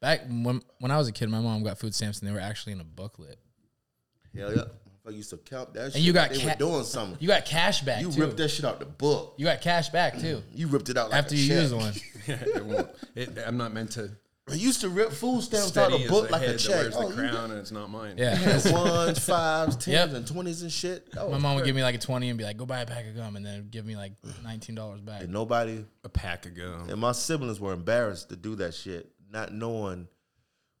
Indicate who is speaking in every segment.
Speaker 1: Back when when I was a kid, my mom got food stamps and they were actually in a booklet.
Speaker 2: Hell yeah. I used to count that shit.
Speaker 1: you got
Speaker 2: they
Speaker 1: ca-
Speaker 2: were doing something.
Speaker 1: You got cash back
Speaker 2: You
Speaker 1: too.
Speaker 2: ripped that shit out the book.
Speaker 1: you got cash back too
Speaker 2: You ripped it out like
Speaker 1: after
Speaker 2: a
Speaker 1: you
Speaker 2: check.
Speaker 1: use one.
Speaker 3: it won't, it, I'm not meant to.
Speaker 2: I used to rip food stamps out
Speaker 3: Steady
Speaker 2: of
Speaker 3: is
Speaker 2: the book
Speaker 3: the
Speaker 2: like
Speaker 3: head
Speaker 2: a
Speaker 3: that
Speaker 2: check.
Speaker 3: wears
Speaker 2: Oh,
Speaker 3: the
Speaker 2: you
Speaker 3: crown, and it's not mine.
Speaker 1: Yeah.
Speaker 2: got ones, fives, tens,
Speaker 1: Yep.
Speaker 2: and twenties and shit. Oh,
Speaker 1: My mom would give me like a twenty and be like, "Go buy a pack of gum," and then give me like nineteen dollars back.
Speaker 2: And nobody
Speaker 3: a pack of gum.
Speaker 2: and my siblings were embarrassed to do that shit, not knowing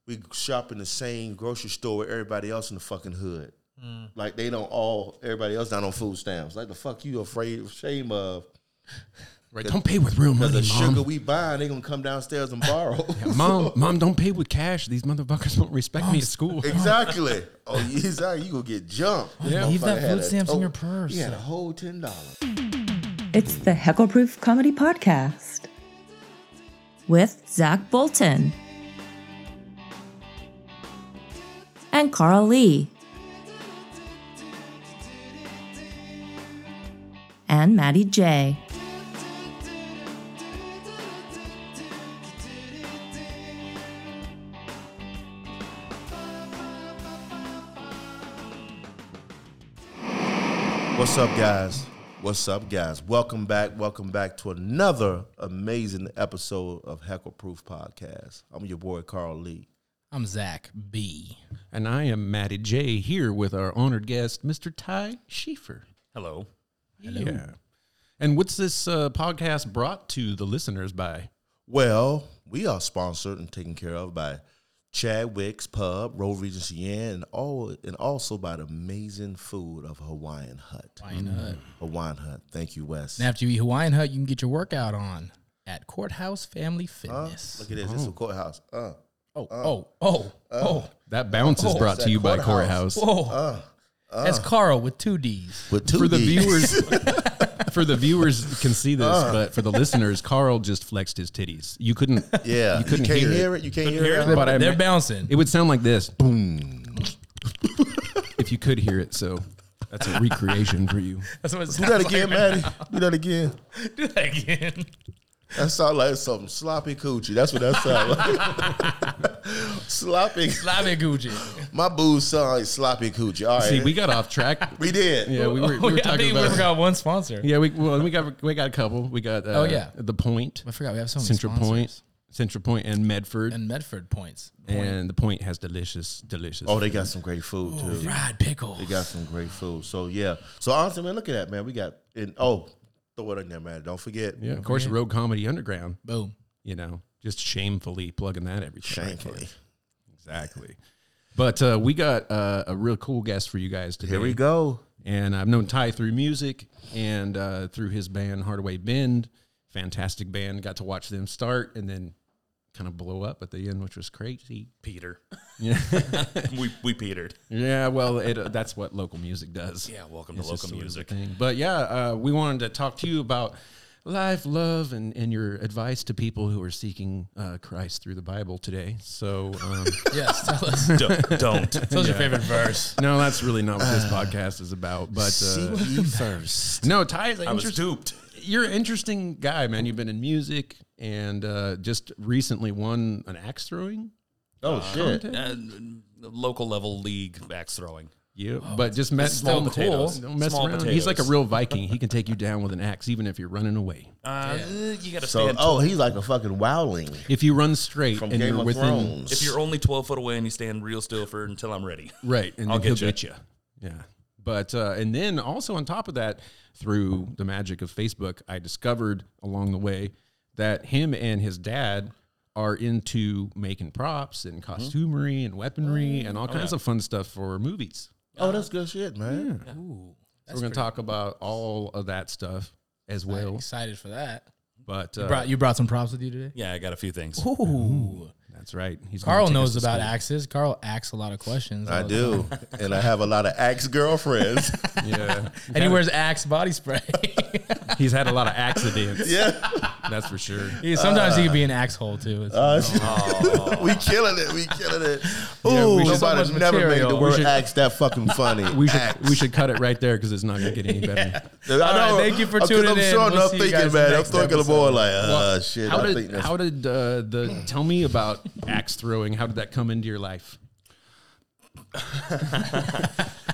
Speaker 2: we shop in the same grocery store with everybody else in the fucking hood.
Speaker 3: Hmm.
Speaker 2: Like they don't all everybody else not on food stamps. Like the fuck you afraid shame of.
Speaker 3: Right? Don't pay with real money,
Speaker 2: The
Speaker 3: mom.
Speaker 2: sugar we buying, they gonna come downstairs and borrow.
Speaker 3: mom, mom, don't pay with cash. These motherfuckers won't respect me at school.
Speaker 2: Exactly. Oh, you- exactly. You gonna get jumped.
Speaker 1: Leave that
Speaker 2: Motherfucker had
Speaker 1: food
Speaker 2: a
Speaker 1: stamps in
Speaker 2: to-
Speaker 1: your purse.
Speaker 2: He had a whole ten dollars.
Speaker 4: It's the Heckleproof Comedy Podcast with Zach Bolton and Carl Lee and Maddie J.
Speaker 2: What's up, guys? What's up, guys? Welcome back. Welcome back to another amazing episode of Heckle Proof Podcast. I'm your boy Carl Lee.
Speaker 1: I'm Zach B.
Speaker 3: And I am Matty J here with our honored guest, Mr. Ty Schieffer. Hello. Yeah. And what's this uh, podcast brought to the listeners by?
Speaker 2: Well, we are sponsored and taken care of by Chadwick's Pub, Road Regency Inn, and all and also by the amazing food of Hawaiian Hut. Mm-hmm.
Speaker 1: Hawaiian Hut.
Speaker 2: Hawaiian Hut. Thank you, Wes.
Speaker 1: And after you eat Hawaiian Hut, you can get your workout on at Courthouse Family
Speaker 2: Huh?
Speaker 1: Fitness.
Speaker 2: Uh, Look at this. It's a courthouse. Uh,
Speaker 1: oh, oh, oh, oh,
Speaker 3: That bounce is
Speaker 1: Oh,
Speaker 3: brought
Speaker 2: it's at
Speaker 3: to you by
Speaker 2: Courthouse.
Speaker 3: Courthouse.
Speaker 1: whoa.
Speaker 2: uh.
Speaker 1: That's Carl with two D's.
Speaker 2: with two
Speaker 3: For the
Speaker 2: Ds.
Speaker 3: viewers, for the viewers can see this,
Speaker 2: Uh.
Speaker 3: but for the listeners, Carl just flexed his titties. You couldn't.
Speaker 2: Yeah,
Speaker 3: you couldn't
Speaker 2: can't
Speaker 3: hear, it.
Speaker 2: it. You can't hear, it.
Speaker 3: But I
Speaker 1: They're
Speaker 3: ma-
Speaker 1: bouncing.
Speaker 3: It would sound like this. Boom. if you could hear it, so that's a recreation for you.
Speaker 1: That's what it
Speaker 2: Do that
Speaker 1: sounds like.
Speaker 2: again, Maddie. Do that again.
Speaker 1: Do that again.
Speaker 2: That sound like something sloppy coochie. That's what that sound like. sloppy.
Speaker 1: Slavi Gucci.
Speaker 2: My booze sound like sloppy coochie. All right.
Speaker 3: See, we got off track.
Speaker 2: we did.
Speaker 3: Yeah, we were, we
Speaker 1: Oh,
Speaker 3: were
Speaker 1: yeah, I
Speaker 3: talking
Speaker 1: think
Speaker 3: about.
Speaker 1: we forgot one sponsor.
Speaker 3: Yeah, we well, we got we got a couple. We got uh,
Speaker 1: Oh, yeah.
Speaker 3: the Point,
Speaker 1: I forgot we have so many
Speaker 3: Central
Speaker 1: sponsors.
Speaker 3: Point, Central Point, and Medford, and,
Speaker 1: and Medford points.
Speaker 3: the Point has delicious, delicious.
Speaker 2: Oh, they got some great food
Speaker 3: Oh,
Speaker 2: too.
Speaker 1: Fried pickles.
Speaker 2: They got some great food. So yeah. So honestly, man, look at that, man. We got and oh, throw it in there, man. Don't forget.
Speaker 3: yeah, of course, Road Comedy Underground.
Speaker 1: Boom.
Speaker 3: You know, just shamefully plugging that every time. I can.
Speaker 2: Shamefully.
Speaker 3: exactly. But uh, we got uh, a real cool guest for you guys today.
Speaker 2: Here we go.
Speaker 3: and I've known Ty through music and uh, through his band Hardaway Bend. Fantastic band. Got to watch them start and then kind of blow up at the end, which was crazy.
Speaker 5: Peter.
Speaker 3: Yeah,
Speaker 5: we we petered.
Speaker 3: yeah. Well, it, uh, that's what local music does.
Speaker 5: Yeah, welcome
Speaker 3: It's
Speaker 5: to
Speaker 3: just
Speaker 5: local
Speaker 3: sort of a
Speaker 5: music.
Speaker 3: thing. But yeah, uh, we wanted to talk to you about life, love, and and your advice to people who are seeking uh, Christ through the Bible today. So. Um,
Speaker 1: Yes, tell us.
Speaker 5: Don't. don't.
Speaker 1: Tell us your favorite verse.
Speaker 3: No, that's really not what this
Speaker 5: Uh,
Speaker 3: podcast is about. But uh,
Speaker 2: Seek ye first.
Speaker 3: no, Ty is an
Speaker 5: I was
Speaker 3: interest-
Speaker 5: duped.
Speaker 3: you're an interesting guy, man. You've been in music and uh, just recently won an axe throwing.
Speaker 2: Oh shit.
Speaker 5: Uh, local level league axe throwing.
Speaker 3: Yeah,
Speaker 5: Oh,
Speaker 3: but just mess
Speaker 5: small
Speaker 3: don't-
Speaker 5: potatoes.
Speaker 3: Don't mess
Speaker 5: Small
Speaker 3: around. He's
Speaker 5: potatoes.
Speaker 3: like a real Viking. He can take you down with an axe, even if you're running away.
Speaker 5: Uh, You got to
Speaker 2: So
Speaker 5: stand.
Speaker 2: oh, he's like a fucking wowling
Speaker 3: If you run straight
Speaker 2: from
Speaker 3: and
Speaker 2: Game
Speaker 3: you're
Speaker 2: of
Speaker 3: within
Speaker 2: Thrones.
Speaker 5: if you're only twelve foot away and you stand real still for until I'm ready.
Speaker 3: right, and
Speaker 5: I'll
Speaker 3: then he'll
Speaker 5: get ya.
Speaker 3: get you. Yeah, but uh, and then also on top of that, through the magic of Facebook, I discovered along the way that him and his dad are into making props and costumery and weaponry and all kinds of fun stuff for movies.
Speaker 2: oh, that's good shit, man.
Speaker 1: Ooh,
Speaker 3: we're going to talk about all of that stuff as well.
Speaker 1: excited for that.
Speaker 3: But uh,
Speaker 1: Brought, you brought some props with you today?
Speaker 5: Yeah, I got a few things.
Speaker 1: Ooh.
Speaker 3: that's right. He's gonna
Speaker 1: Carl
Speaker 3: take us
Speaker 1: knows
Speaker 3: to
Speaker 1: about
Speaker 3: school.
Speaker 1: axes. Carl asks a lot of questions.
Speaker 2: I
Speaker 1: all the
Speaker 2: do, and I have a lot of axe girlfriends.
Speaker 3: Yeah,
Speaker 1: time. And he wears axe body spray.
Speaker 3: he's had a lot of accidents.
Speaker 2: yeah,
Speaker 3: That's for sure.
Speaker 1: Yeah, sometimes he can be an asshole too. It's-
Speaker 3: Uh,
Speaker 2: we killing it. We killing it. Ooh,
Speaker 3: Yeah, we should-
Speaker 2: nobody's
Speaker 1: so much
Speaker 2: never made
Speaker 1: material.
Speaker 2: the
Speaker 1: We
Speaker 2: word
Speaker 3: should-
Speaker 2: axe that fucking funny.
Speaker 3: We should we should cut it right there because it's not going to get any better.
Speaker 2: I know,
Speaker 1: right, thank you for
Speaker 2: because
Speaker 1: tuning
Speaker 2: I'm
Speaker 1: in.
Speaker 2: Sure
Speaker 1: We'll
Speaker 2: enough
Speaker 1: see you
Speaker 2: thinking,
Speaker 1: guys
Speaker 2: man. I'm
Speaker 1: next
Speaker 2: thinking more
Speaker 1: episode.
Speaker 2: like, uh, shit.
Speaker 3: How
Speaker 2: I think
Speaker 3: did
Speaker 2: that's
Speaker 3: how did uh, the tell me about axe throwing? How did that come into your life?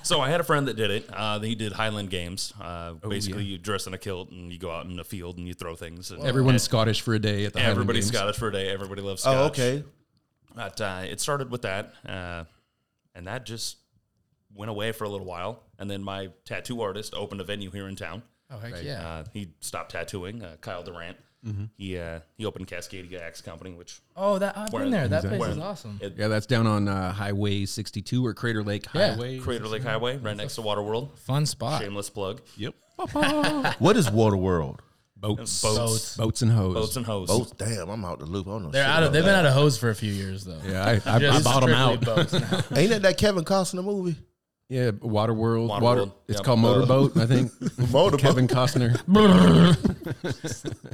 Speaker 5: So I had a friend that did it. Uh, he did Highland Games. Uh,
Speaker 3: Oh,
Speaker 5: basically, you dress in a kilt and you go out in the field and you throw things. And
Speaker 3: Everyone's Scottish for a day at the Highland
Speaker 5: Oh, e- everybody's
Speaker 3: Games.
Speaker 5: Scottish for a day. Everybody loves Scottish.
Speaker 2: Oh, okay.
Speaker 5: But uh, it started with that, uh, and that just went away for a little while. And then my tattoo artist opened a venue here in town.
Speaker 1: oh heck yeah.
Speaker 5: Uh, he stopped tattooing. Uh, Kyle Durant. He uh, he opened Cascadia Axe Company, which
Speaker 1: Oh, that I've
Speaker 5: Where-
Speaker 1: been there. That place is
Speaker 5: where-
Speaker 1: awesome.
Speaker 5: it,
Speaker 3: Yeah, that's down on uh, Highway 62 or Crater Lake
Speaker 1: Yeah.
Speaker 3: Highway.
Speaker 5: Crater Lake Highway, right next to Waterworld.
Speaker 1: Fun spot.
Speaker 5: Shameless plug.
Speaker 3: Yep.
Speaker 2: what is Waterworld?
Speaker 3: Boats.
Speaker 5: Boats.
Speaker 3: Boats and hose.
Speaker 5: Boats and hose.
Speaker 2: Oh, damn, I'm out the loop. I don't know.
Speaker 1: They're
Speaker 2: shit
Speaker 1: out of.
Speaker 2: about
Speaker 1: They've
Speaker 2: that.
Speaker 1: been out of hose for a few years though.
Speaker 3: yeah, I, I, I
Speaker 1: Just
Speaker 3: bought them out.
Speaker 1: strictly boats now.
Speaker 2: Ain't that that Kevin Costner movie?
Speaker 3: Yeah, Waterworld.
Speaker 5: Waterworld.
Speaker 3: Water. It's
Speaker 5: Yep. Uh,
Speaker 3: called Motorboat, I think.
Speaker 2: Motorboat.
Speaker 3: Kevin Costner.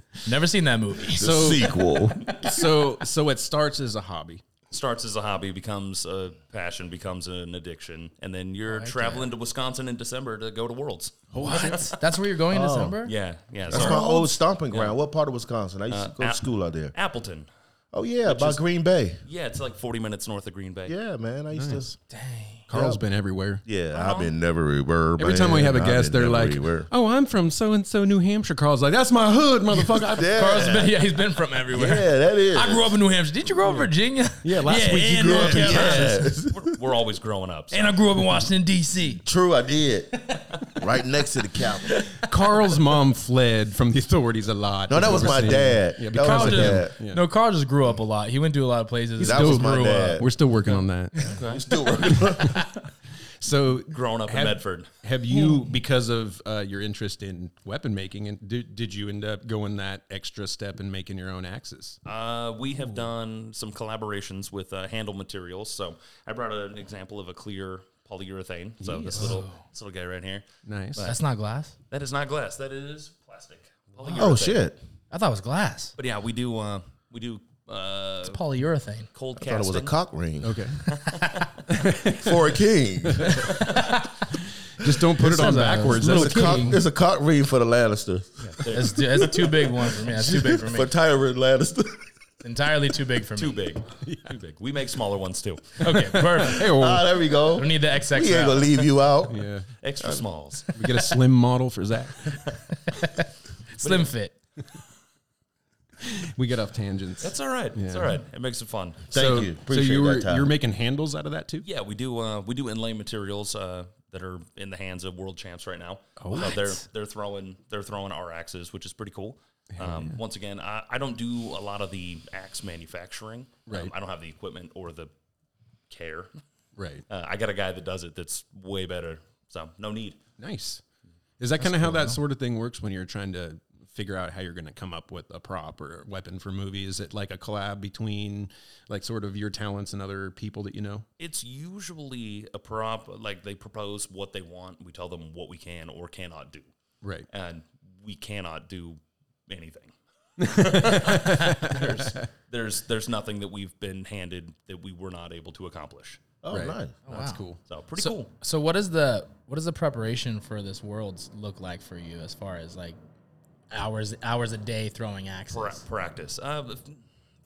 Speaker 1: Never seen that movie.
Speaker 2: The
Speaker 3: So-
Speaker 2: sequel.
Speaker 3: so so it starts as a hobby.
Speaker 5: starts as a hobby, becomes a passion, becomes an addiction, and then you're traveling to Wisconsin in December to go to Worlds.
Speaker 1: Oh. What? That's where you're going in December?
Speaker 5: Yeah, yeah.
Speaker 2: That's
Speaker 5: sorry.
Speaker 2: my old stomping ground. What part of Wisconsin? I used to go
Speaker 1: Uh,
Speaker 2: to
Speaker 5: App-
Speaker 2: school out there.
Speaker 5: Appleton.
Speaker 2: Oh yeah, by Green Bay.
Speaker 5: Yeah, it's like 40 minutes north of Green Bay.
Speaker 2: Yeah, man. I used to.
Speaker 3: Carl's been everywhere.
Speaker 2: Yeah, I've been never everywhere.
Speaker 3: Uh-huh. Every time we have a guest, they're like,
Speaker 2: everywhere.
Speaker 3: "Oh, I'm from so and so, New Hampshire." Carl's like, "That's my hood, motherfucker." I-
Speaker 2: Yeah.
Speaker 1: Carl's been, yeah, he's been from everywhere.
Speaker 2: yeah, that is.
Speaker 1: I grew up in New Hampshire. Did you grow up in Virginia?
Speaker 3: Yeah, last week you
Speaker 1: and
Speaker 3: grew
Speaker 1: North
Speaker 3: up in
Speaker 1: Carolina.
Speaker 5: We're, we're always growing up. so-
Speaker 1: And I grew up in Washington D.C.
Speaker 2: True, I did. right next to the Capitol.
Speaker 3: Carl's mom fled from the authorities a lot.
Speaker 2: No, that was my
Speaker 3: Overseas.
Speaker 2: dad.
Speaker 3: Yeah,
Speaker 2: That was
Speaker 3: because
Speaker 1: Carl
Speaker 3: of
Speaker 2: my
Speaker 1: just-
Speaker 3: him.
Speaker 2: dad.
Speaker 3: Yeah.
Speaker 1: No, Carl just grew up a lot. He went to a lot of places.
Speaker 2: That was my
Speaker 1: grew
Speaker 2: dad.
Speaker 1: Up.
Speaker 3: We're still working on that.
Speaker 2: I'm still working.
Speaker 3: So,
Speaker 5: Growing up in
Speaker 3: Have-
Speaker 5: Medford.
Speaker 3: have you, because of uh, your interest in weapon making, and did, did you end up going that extra step and making your own axes?
Speaker 5: Uh, we have done some collaborations with uh, handle materials. So I brought an example of a clear polyurethane. So this little this little guy right here.
Speaker 3: Nice.
Speaker 1: That's not glass.
Speaker 5: That is not glass. That is plastic. Polyurethane.
Speaker 2: oh shit!
Speaker 1: I thought it was glass.
Speaker 5: But yeah, we do uh, we do uh,
Speaker 1: Polyurethane.
Speaker 5: cold
Speaker 2: Thought it was a
Speaker 5: casting.
Speaker 2: cock ring
Speaker 3: okay.
Speaker 2: for a king.
Speaker 3: Just don't put it on
Speaker 2: uh,
Speaker 1: sounds like a
Speaker 3: backwards.
Speaker 1: little
Speaker 3: That's
Speaker 2: It's a cock,
Speaker 1: King.
Speaker 2: it's a cock ring for the Lannister.
Speaker 1: That's, too- that's a too big one for me. That's too big for me.
Speaker 2: For Tywin Lannister.
Speaker 1: Entirely too big for me.
Speaker 5: Too big. Too big. We make smaller ones too.
Speaker 1: Okay, perfect.
Speaker 3: Hey, oh, well,
Speaker 2: ah, there we go.
Speaker 1: We need the
Speaker 2: We ain't gonna
Speaker 1: XXL.
Speaker 2: leave you out.
Speaker 3: yeah.
Speaker 5: Extra smalls.
Speaker 3: We get a slim model for Zach.
Speaker 1: Slim fit.
Speaker 3: We get off tangents.
Speaker 5: That's all right. It's all right. It makes it fun.
Speaker 2: Thank
Speaker 3: so,
Speaker 2: you.
Speaker 3: So
Speaker 2: Appreciate
Speaker 3: you were
Speaker 2: that time.
Speaker 3: you're making handles out of that too?
Speaker 5: Yeah, we do. Uh, we do inlay materials uh, that are in the hands of world champs right now. Oh, they're they're throwing they're throwing our axes, which is pretty cool. Um, Once again, I, I don't do a lot of the axe manufacturing. Right. I don't have the equipment or the care.
Speaker 3: Right.
Speaker 5: Uh, I got a guy that does it that's way better. So no need.
Speaker 3: Nice. Is that kind of how that sort of thing works when you're trying to figure out how you're going to come up with a prop or a weapon for a movie? Is it like a collab between like sort of your talents and other people that you know?
Speaker 5: It's usually a prop. Like they propose what they want. We tell them what we can or cannot do.
Speaker 3: Right.
Speaker 5: and we cannot do anything. there's, there's there's nothing that we've been handed that we were not able to accomplish.
Speaker 2: Oh,
Speaker 3: Right.
Speaker 2: nice.
Speaker 3: That's cool.
Speaker 5: So pretty
Speaker 1: So,
Speaker 5: cool.
Speaker 1: so what is the what does the preparation for this world look like for you as far as like hours hours a day throwing axes?
Speaker 5: Pra- practice. Uh, a f-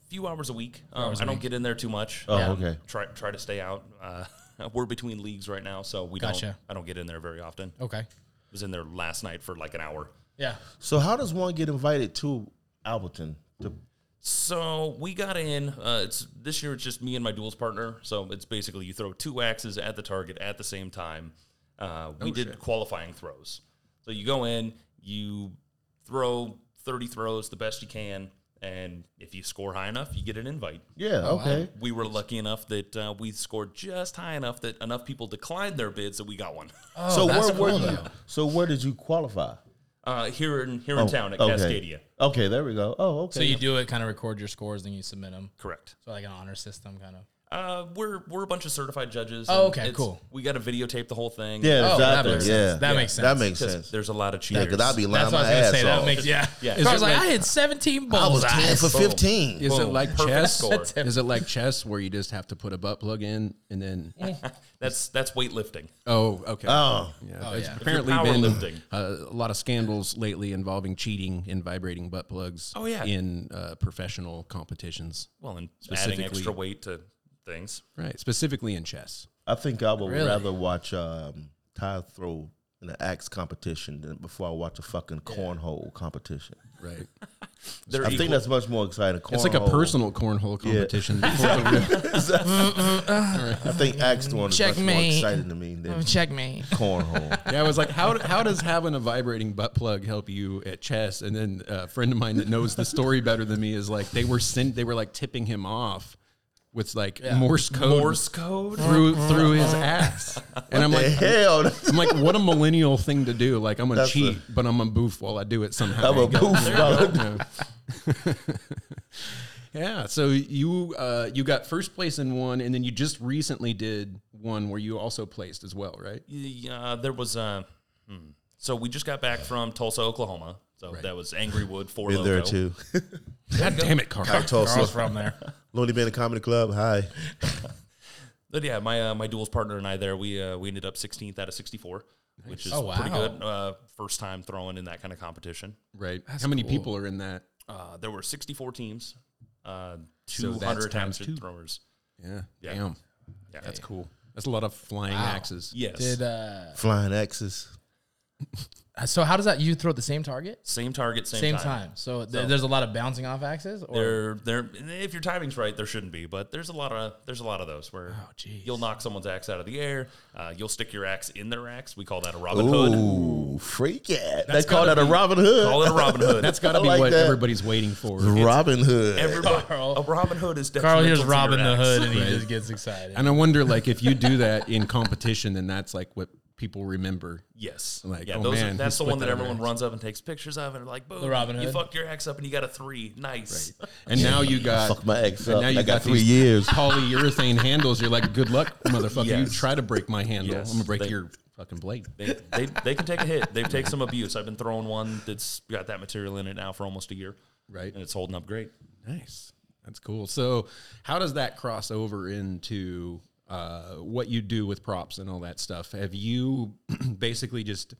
Speaker 5: few hours a week. Um, I don't get in there too much.
Speaker 2: Oh, okay.
Speaker 5: Try try to stay out. Uh, we're between leagues right now, so we don't.
Speaker 1: Gotcha.
Speaker 5: I don't get in there very often.
Speaker 1: Okay.
Speaker 5: I was in there last night for like an hour.
Speaker 1: Yeah.
Speaker 2: So how does one get invited to Alberton? To,
Speaker 5: So we got in. Uh, it's this year. It's just me and my duels partner. So it's basically you throw two axes at the target at the same time. Uh, we
Speaker 1: Oh,
Speaker 5: did qualifying throws. So you go in, you throw thirty throws the best you can, and if you score high enough, you get an invite.
Speaker 2: yeah,
Speaker 3: Oh,
Speaker 2: okay.
Speaker 5: We were lucky enough that uh, we scored just high enough that enough people declined their bids that we got one.
Speaker 3: Oh,
Speaker 2: so
Speaker 1: Oh, that's
Speaker 2: where were
Speaker 1: cool,
Speaker 2: you?
Speaker 1: though.
Speaker 2: So where did you qualify?
Speaker 5: Uh, here in here in town at
Speaker 2: Oh, okay.
Speaker 5: Cascadia.
Speaker 2: Okay, there we go. Oh, okay.
Speaker 1: So you do it, kind of record your scores, then you submit them.
Speaker 5: Correct.
Speaker 1: So like an honor system, kind of.
Speaker 5: Uh, we're we're a bunch of certified judges.
Speaker 1: Oh,
Speaker 5: and
Speaker 1: okay,
Speaker 5: it's-
Speaker 1: cool.
Speaker 5: We got to videotape the whole thing.
Speaker 2: Yeah,
Speaker 1: Oh,
Speaker 2: it's
Speaker 1: that
Speaker 2: out there.
Speaker 1: makes
Speaker 2: Yeah,
Speaker 1: sense. That makes sense.
Speaker 2: That makes
Speaker 5: because
Speaker 2: sense.
Speaker 5: there's a lot of cheaters.
Speaker 2: Yeah, because I'd be lying
Speaker 1: That's what
Speaker 2: my
Speaker 1: I was gonna
Speaker 2: ass
Speaker 1: say. That
Speaker 2: off.
Speaker 1: makes yeah.
Speaker 5: Yeah.
Speaker 1: So I was
Speaker 3: Is it
Speaker 1: like,
Speaker 3: like-
Speaker 1: I hit 17
Speaker 2: I
Speaker 1: bullseyes.
Speaker 2: was ten for
Speaker 5: Boom.
Speaker 2: fifteen.
Speaker 3: Is it
Speaker 5: Boom.
Speaker 3: like
Speaker 5: Perfect
Speaker 3: chess?
Speaker 5: score.
Speaker 3: Is it like chess where you just have to put a butt plug in and then?
Speaker 5: that's that's weightlifting.
Speaker 3: Oh, okay.
Speaker 2: Oh,
Speaker 3: yeah.
Speaker 1: Oh,
Speaker 3: There's
Speaker 1: yeah. If
Speaker 5: you're
Speaker 3: apparently been
Speaker 5: powerlifting.
Speaker 3: uh, a lot of scandals lately involving cheating and vibrating butt plugs.
Speaker 5: Oh, yeah.
Speaker 3: in uh, professional competitions,
Speaker 5: Well, and adding
Speaker 3: Specifically-
Speaker 5: extra weight to things.
Speaker 3: right? Specifically in chess.
Speaker 2: I think I would
Speaker 1: Really?
Speaker 2: rather watch um, Ty throw in an axe competition than before I watch a fucking cornhole competition.
Speaker 3: Right.
Speaker 5: They're
Speaker 2: I think
Speaker 5: equal.
Speaker 2: that's much more exciting. Cornhole.
Speaker 3: It's like a personal cornhole competition. before the real-
Speaker 2: I think axe throwing is much more
Speaker 1: Checkmate.
Speaker 2: exciting to me than
Speaker 1: Checkmate.
Speaker 2: cornhole.
Speaker 3: yeah, I was like, how, how does having a vibrating butt plug help you at chess? And then a friend of mine that knows the story better than me is like, they were send, they were like tipping him off with like Morse code
Speaker 5: Morse code.
Speaker 3: through through his ass, and I'm like,
Speaker 2: Hell,
Speaker 3: I'm like, what a millennial thing to do. Like, I'm gonna
Speaker 2: That's
Speaker 3: cheat,
Speaker 2: a-
Speaker 3: but I'm a boof while I do it somehow.
Speaker 2: I'm a poof. brother.
Speaker 3: yeah. So you uh, you got first place in one, and then you just recently did one where you also placed as well, right?
Speaker 5: Yeah, there was uh, hmm. so we just got back from Tulsa, Oklahoma. So that was Angry Wood Four
Speaker 2: Been
Speaker 5: Loco.
Speaker 2: there too.
Speaker 3: God damn it, Carl.
Speaker 1: Carl's
Speaker 2: Tulsa,
Speaker 1: from there.
Speaker 2: Lonely Band Comedy Club. Hi.
Speaker 5: But yeah, my uh, my duels partner and I there we uh, we ended up 16th out of 64, which is
Speaker 1: Oh,
Speaker 5: pretty
Speaker 1: wow.
Speaker 5: good. Uh, first time throwing in that kind of competition.
Speaker 3: Right. How many people are in that?
Speaker 5: Uh, there were 64 teams, uh,
Speaker 3: So
Speaker 5: 200
Speaker 3: that's times
Speaker 5: times
Speaker 3: two.
Speaker 5: throwers.
Speaker 3: Yeah.
Speaker 5: Yeah.
Speaker 3: Damn.
Speaker 5: Yeah,
Speaker 3: That's cool. That's a lot of flying axes.
Speaker 5: yes.
Speaker 1: Did uh,
Speaker 2: Flying axes.
Speaker 1: so? How does that? You throw at the same target?
Speaker 5: same target, same,
Speaker 1: Same
Speaker 5: time.
Speaker 1: time. So, th- there's a lot of bouncing off axes. Or
Speaker 5: There, there. If your timing's right, there shouldn't be, but there's a lot of there's a lot of those where
Speaker 1: Oh, jeez.
Speaker 5: you'll knock someone's axe out of the air. Uh, you'll stick your axe in their axe. We call that a Robin Hood.
Speaker 2: Ooh, freak yeah. They call that a
Speaker 5: gotta be-
Speaker 2: Robin Hood.
Speaker 5: Call it a Robin Hood.
Speaker 3: That's got to
Speaker 2: I
Speaker 3: be
Speaker 2: like
Speaker 3: what
Speaker 2: that.
Speaker 3: everybody's waiting for.
Speaker 2: Robin Hood.
Speaker 5: Everybody,
Speaker 1: Carl.
Speaker 5: a Robin Hood is
Speaker 1: Carl
Speaker 5: definitely
Speaker 1: hears Robin the Hood and he just gets excited.
Speaker 3: And I wonder, like, if you do that in competition, then that's like what people remember.
Speaker 5: Yes,
Speaker 3: Like,
Speaker 5: yeah,
Speaker 3: oh,
Speaker 5: those are-
Speaker 3: man,
Speaker 5: that's
Speaker 3: he
Speaker 5: the
Speaker 3: split
Speaker 5: one that
Speaker 3: that
Speaker 5: everyone
Speaker 3: axe.
Speaker 5: runs up and takes pictures of, and like, boom,
Speaker 1: The Robin
Speaker 5: you
Speaker 1: Hood.
Speaker 5: fucked your axe up and you got a three. Nice.
Speaker 3: And now you got
Speaker 2: Fuck my ex
Speaker 3: And
Speaker 2: up.
Speaker 3: now you
Speaker 2: I
Speaker 3: got,
Speaker 2: got three
Speaker 3: these
Speaker 2: years.
Speaker 3: polyurethane handles. You're like, good luck, motherfucker. You
Speaker 5: Yes.
Speaker 3: try to break my handle,
Speaker 5: Yes.
Speaker 3: I'm gonna break
Speaker 5: They-
Speaker 3: your fucking blade.
Speaker 5: They, they, they can take a hit. They take some abuse. I've been throwing one that's got that material in it now for almost a year,
Speaker 3: Right.
Speaker 5: and it's holding up great.
Speaker 3: Nice. That's cool. So, how does that cross over into uh, what you do with props and all that stuff? Have you basically just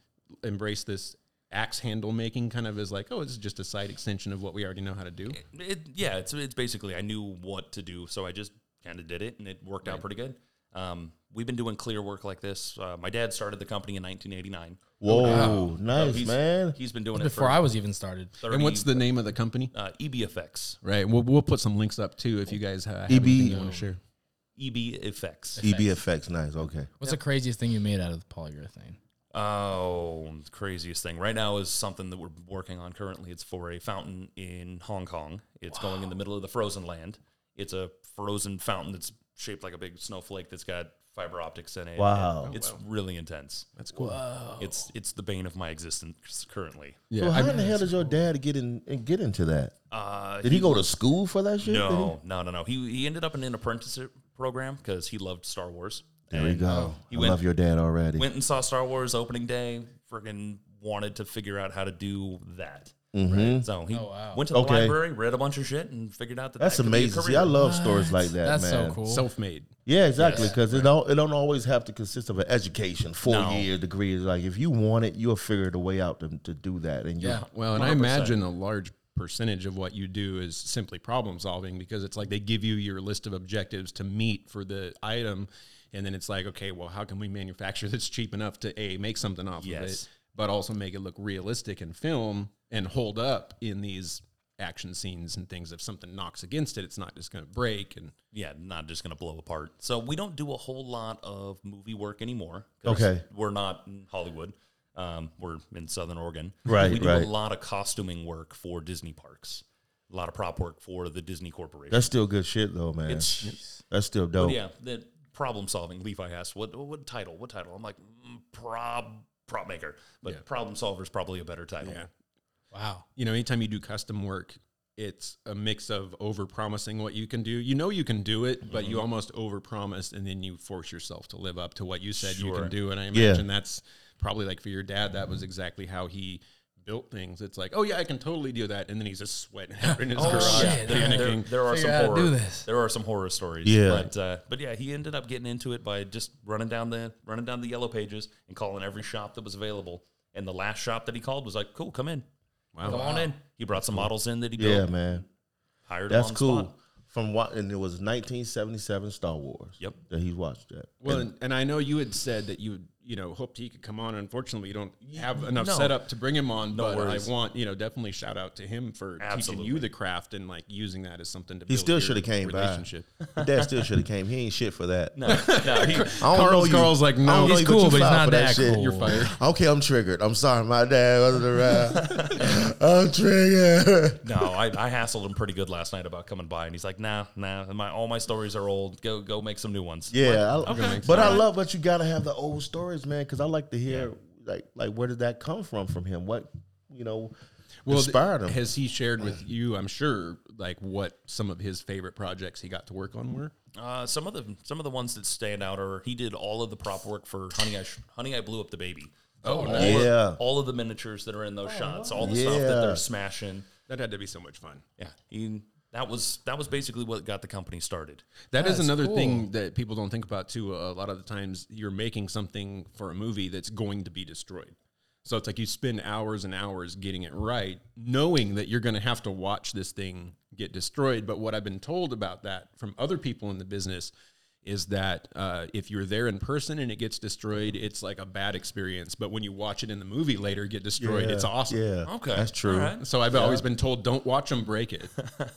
Speaker 3: embraced this axe handle making kind of as like, oh, it's just a side extension of what we already know how to do?
Speaker 5: It, yeah, it's it's basically I knew what to do, so I just kind of did it, and it worked out pretty good. Um, we've been doing clear work like this. Uh, my dad started the company in 1989.
Speaker 2: Whoa,
Speaker 5: So
Speaker 2: nice
Speaker 5: he's-
Speaker 2: man.
Speaker 5: He's been doing
Speaker 1: Before
Speaker 5: it for
Speaker 1: I was even started.
Speaker 5: 30,
Speaker 3: And what's the name of the company?
Speaker 5: uh, EBFX?
Speaker 3: Right. We'll, we'll put some links up too if you guys have
Speaker 2: EB.
Speaker 3: anything you want to share.
Speaker 5: EB E Effects.
Speaker 2: EB effects, nice. Okay.
Speaker 1: What's the craziest thing you made out of polyurethane?
Speaker 5: Oh, the craziest thing right now is something that we're working on currently. It's for a fountain in Hong Kong. It's going in the middle of the frozen land. It's a frozen fountain that's shaped like a big snowflake that's got fiber optics in it.
Speaker 2: Wow.
Speaker 5: It's really intense.
Speaker 3: That's cool.
Speaker 5: It's it's the bane of my existence currently.
Speaker 3: Yeah.
Speaker 2: so how
Speaker 3: I-
Speaker 2: in the hell did your dad get in and get into that?
Speaker 5: Uh,
Speaker 2: Did he go to school for that shit?
Speaker 5: No, no, no, no. He he ended up in an apprenticeship program because he loved Star Wars.
Speaker 2: Did he? There you
Speaker 5: And
Speaker 2: go.
Speaker 5: He
Speaker 2: I
Speaker 5: went-
Speaker 2: love your dad already.
Speaker 5: Went and saw Star Wars opening day. Freaking wanted to figure out how to do that. Right? So he went to the
Speaker 2: Mm-hmm. Okay.
Speaker 5: library, read a bunch of shit, and figured out that
Speaker 2: That's
Speaker 5: that could be a
Speaker 2: amazing. See,
Speaker 5: career.
Speaker 2: I love stories like that,
Speaker 1: That's
Speaker 2: man.
Speaker 1: so cool.
Speaker 3: Self made.
Speaker 2: Yeah, exactly. Because it don't it don't always have to consist of an education, four year degree. It's Like if you want it, you'll figure the way out to, to do that. And you
Speaker 1: Yeah.
Speaker 3: Well, and I imagine a large percentage of what you do is simply problem solving because it's like they give you your list of objectives to meet for the item. And then it's like, okay, well, how can we manufacture this cheap enough to A, make something off of it,
Speaker 5: Yes.
Speaker 3: but also make it look realistic in film and hold up in these action scenes and things? If something knocks against it, it's not just going to break. And
Speaker 5: yeah, not just gonna blow apart. So we don't do a whole lot of movie work anymore. 'cause
Speaker 2: Okay.
Speaker 5: we're not in Hollywood. Um, we're in Southern Oregon.
Speaker 2: Right,
Speaker 5: we do
Speaker 2: right.
Speaker 5: a lot of costuming work for Disney parks, a lot of prop work for the Disney Corporation.
Speaker 2: that's still good shit though, man.
Speaker 5: It's-
Speaker 2: that's still dope.
Speaker 5: yeah, the problem solving. Levi asked, "What what title? What title?" I'm like, mm, "Prob prop maker," but problem solver is probably a better title.
Speaker 3: Yeah.
Speaker 1: Wow.
Speaker 3: you know, anytime you do custom work, it's a mix of over promising what you can do. You know you can do it, but you almost over promise and then you force yourself to live up to what you said you can do. And I imagine that's probably like for your dad, that was exactly how he built things. It's like, oh yeah, I can totally do that. And then he's just sweating out in his
Speaker 5: Oh,
Speaker 3: garage,
Speaker 1: shit.
Speaker 5: There, there,
Speaker 3: panicking.
Speaker 5: there are
Speaker 1: Figure
Speaker 5: some
Speaker 1: out how to
Speaker 5: horror.
Speaker 1: do this.
Speaker 5: There are some horror stories.
Speaker 2: Yeah.
Speaker 5: but uh, but yeah, he ended up getting into it by just running down the running down the yellow pages and calling every shop that was available. And the last shop that he called was like, "Cool, come in,
Speaker 3: Wow.
Speaker 5: come on in." He brought some models in that he
Speaker 2: Yeah,
Speaker 5: built.
Speaker 2: man.
Speaker 5: Hired them
Speaker 2: That's
Speaker 5: on the
Speaker 2: cool.
Speaker 5: spot.
Speaker 2: From what and it was 1977 Star Wars.
Speaker 5: Yep.
Speaker 2: That he watched that.
Speaker 3: Well, and, and I know you had said that you would, you know, hoped he could come on. Unfortunately, you don't have enough
Speaker 5: no.
Speaker 3: setup to bring him on.
Speaker 5: No
Speaker 3: but
Speaker 5: worries.
Speaker 3: I want, you know, definitely shout out to him for
Speaker 5: Absolutely.
Speaker 3: teaching you the craft and like using that as something to.
Speaker 2: He
Speaker 3: build
Speaker 2: still
Speaker 3: your
Speaker 2: shoulda came by.
Speaker 3: relationship.
Speaker 2: Your dad still should have came. He ain't shit for that.
Speaker 5: No, no,
Speaker 2: I
Speaker 5: he,
Speaker 2: don't
Speaker 3: Carl's-
Speaker 2: know you.
Speaker 3: Carl's like,
Speaker 2: I don't
Speaker 3: no,
Speaker 2: know
Speaker 3: he's
Speaker 2: you,
Speaker 1: cool,
Speaker 2: you
Speaker 1: but he's
Speaker 2: filed
Speaker 1: not
Speaker 2: for
Speaker 1: that cool.
Speaker 3: You're fired.
Speaker 2: Okay, I'm triggered. I'm sorry, my dad wasn't around. I'm triggered.
Speaker 5: no, I, I hassled him pretty good last night about coming by, and he's like, "Nah, nah, my all my stories are old. Go go make some new ones."
Speaker 2: Yeah, I,
Speaker 5: Okay.
Speaker 2: but I love that you gotta have the old stories, man, because I like to hear like like where did that come from from him? What you know
Speaker 3: Well, th-
Speaker 2: inspired him?
Speaker 3: Has he shared with you? I'm sure, like what some of his favorite projects he got to work on were.
Speaker 5: Uh, some of the some of the ones that stand out are he did all of the prop work for Honey I Sh- Honey I Blew Up the Baby. Oh, all
Speaker 2: nice. Yeah.
Speaker 5: Of, all of the miniatures that are in those shots, all the stuff that
Speaker 2: Yeah.
Speaker 5: they're smashing.
Speaker 3: That had to be so much fun.
Speaker 5: Yeah, he, that was that was basically what got the company started.
Speaker 3: That is
Speaker 1: That's
Speaker 3: another
Speaker 1: cool.
Speaker 3: thing that people don't think about too. A lot of the times, you're making something for a movie that's going to be destroyed. So it's like you spend hours and hours getting it right, knowing that you're going to have to watch this thing get destroyed. But what I've been told about that from other people in the business is that uh, if you're there in person and it gets destroyed, it's like a bad experience. But when you watch it in the movie later get destroyed, it's awesome.
Speaker 2: Yeah,
Speaker 5: Okay,
Speaker 2: that's true.
Speaker 5: all right.
Speaker 3: So I've always been told, don't watch them break it,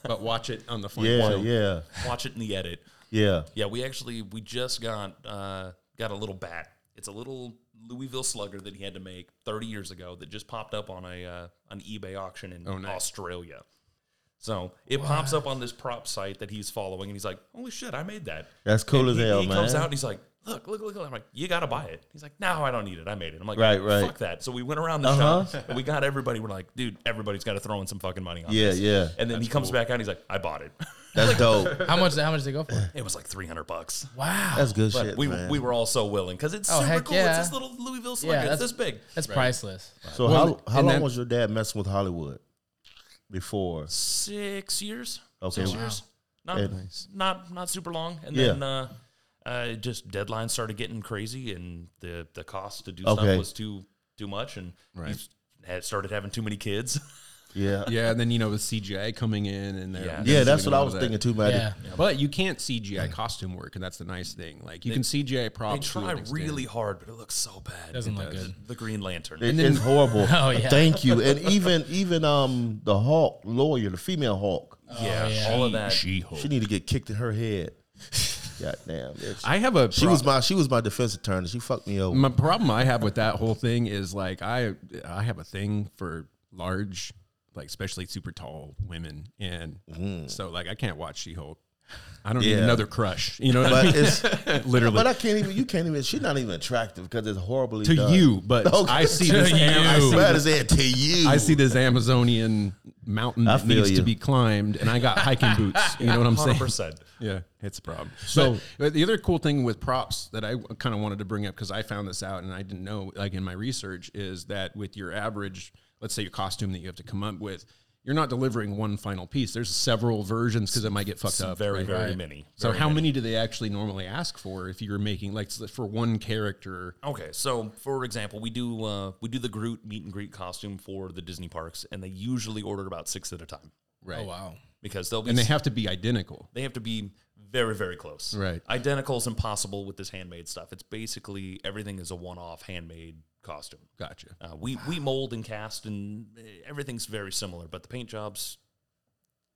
Speaker 3: but watch it on the final
Speaker 2: Yeah,
Speaker 3: film.
Speaker 2: yeah,
Speaker 5: Watch it in the edit.
Speaker 2: yeah.
Speaker 5: Yeah, we actually we just got uh, got a little bat. It's a little Louisville Slugger that he had to make 30 years ago that just popped up on a uh, an eBay auction in
Speaker 3: Oh, nice.
Speaker 5: Australia. So it pops up on this prop site that he's following, and he's like, "Holy shit, I made that!"
Speaker 2: That's cool
Speaker 5: And
Speaker 2: as
Speaker 5: he,
Speaker 2: hell,
Speaker 5: he
Speaker 2: man.
Speaker 5: comes out and he's like, "Look, look, look!" look." I'm like, "You gotta buy it." He's like, "No, I don't need it. I made it." I'm like,
Speaker 2: Right, right. Uh-huh.
Speaker 5: Fuck that." So we went around the shop and we got everybody. We're like, "Dude, everybody's got to throw in some fucking money on
Speaker 2: Yeah,
Speaker 5: this."
Speaker 2: yeah.
Speaker 5: And then he comes back out and he's like, "I bought it.
Speaker 2: That's dope.
Speaker 1: How much? How much they go for?
Speaker 5: It was like 300 bucks."
Speaker 1: Wow,
Speaker 2: That's good
Speaker 5: But
Speaker 2: shit,
Speaker 5: we,
Speaker 2: man.
Speaker 5: we were all so willing because it's
Speaker 1: Oh,
Speaker 5: super
Speaker 1: heck
Speaker 5: cool.
Speaker 1: yeah.
Speaker 5: It's this little Louisville slugger. it's
Speaker 1: that's-
Speaker 5: this big.
Speaker 1: that's priceless.
Speaker 2: so
Speaker 3: Well,
Speaker 2: how how long
Speaker 3: and then-
Speaker 2: was your dad messing with Hollywood before?
Speaker 5: Six years.
Speaker 2: Okay.
Speaker 5: Six
Speaker 2: Wow.
Speaker 5: years. Not,
Speaker 2: Yeah.
Speaker 5: not not super long. And
Speaker 2: Yeah.
Speaker 5: then uh, uh, just deadlines started getting crazy, and the the cost to do
Speaker 2: Okay.
Speaker 5: stuff was too too much, and
Speaker 3: Right.
Speaker 5: he s- had started having too many kids.
Speaker 2: Yeah, yeah.
Speaker 3: Yeah, and then you know with CGI coming in, and they're,
Speaker 5: Yeah.
Speaker 3: they're
Speaker 2: that's
Speaker 3: doing
Speaker 2: what
Speaker 3: a
Speaker 2: I
Speaker 3: lot
Speaker 2: was
Speaker 3: of
Speaker 2: thinking
Speaker 3: that.
Speaker 2: too, man.
Speaker 1: Yeah.
Speaker 3: But you can't CGI costume work, and that's the nice thing. Like you can CGI
Speaker 5: they
Speaker 3: props. to
Speaker 5: try
Speaker 3: an extent.
Speaker 5: really hard, but it looks so bad.
Speaker 1: Doesn't
Speaker 5: It
Speaker 1: look
Speaker 5: does. The Green Lantern.
Speaker 2: It- it's horrible.
Speaker 1: Oh, yeah.
Speaker 2: Thank you. And even even um the Hawk lawyer, the female Hawk,
Speaker 5: yeah, all of that.
Speaker 2: she
Speaker 3: Oh.
Speaker 2: need to get kicked in her head. God damn. bitch.
Speaker 3: I have a.
Speaker 2: she was my she was my defense attorney. She fucked me over.
Speaker 3: my problem I have with that whole thing is like I I have a thing for large, like especially super tall women, and so like I can't watch She Hulk. I don't need
Speaker 2: Mm. Yeah.
Speaker 3: another crush. You know what I
Speaker 2: But
Speaker 3: mean?
Speaker 2: it's
Speaker 3: Literally.
Speaker 2: but I can't even you can't even she's not even attractive because it's horribly
Speaker 3: to
Speaker 2: done.
Speaker 3: you, but
Speaker 2: Okay.
Speaker 3: I see
Speaker 1: To
Speaker 3: this. am- I
Speaker 1: you.
Speaker 3: see
Speaker 2: Bad as that to you.
Speaker 3: I see this Amazonian mountain
Speaker 2: I
Speaker 3: that
Speaker 2: feel
Speaker 3: needs to
Speaker 2: you.
Speaker 3: be climbed, and I got hiking boots. You know what I'm saying?
Speaker 5: 100%.
Speaker 3: Yeah, it's a problem. So but the other cool thing with props that I kind of wanted to bring up because I found this out and I didn't know, like in my research, is that with your average, let's say your costume that you have to come up with, you're not delivering one final piece. There's several versions because it might get fucked up.
Speaker 5: Very,
Speaker 3: right?
Speaker 5: very many.
Speaker 3: So how many do they actually normally ask for if you're making like s- for one character?
Speaker 5: Okay, so for example, we do uh, we do the Groot meet and greet costume for the Disney parks, and they usually order about six at a time
Speaker 3: Right.
Speaker 1: Oh wow,
Speaker 5: because they'll be
Speaker 3: And they have to be identical.
Speaker 5: they have to be very very close.
Speaker 3: Right.
Speaker 5: identical is impossible with this handmade stuff. It's basically everything is a one off handmade costume.
Speaker 3: Gotcha.
Speaker 5: Uh, we we mold and cast, and uh, everything's very similar, but the paint jobs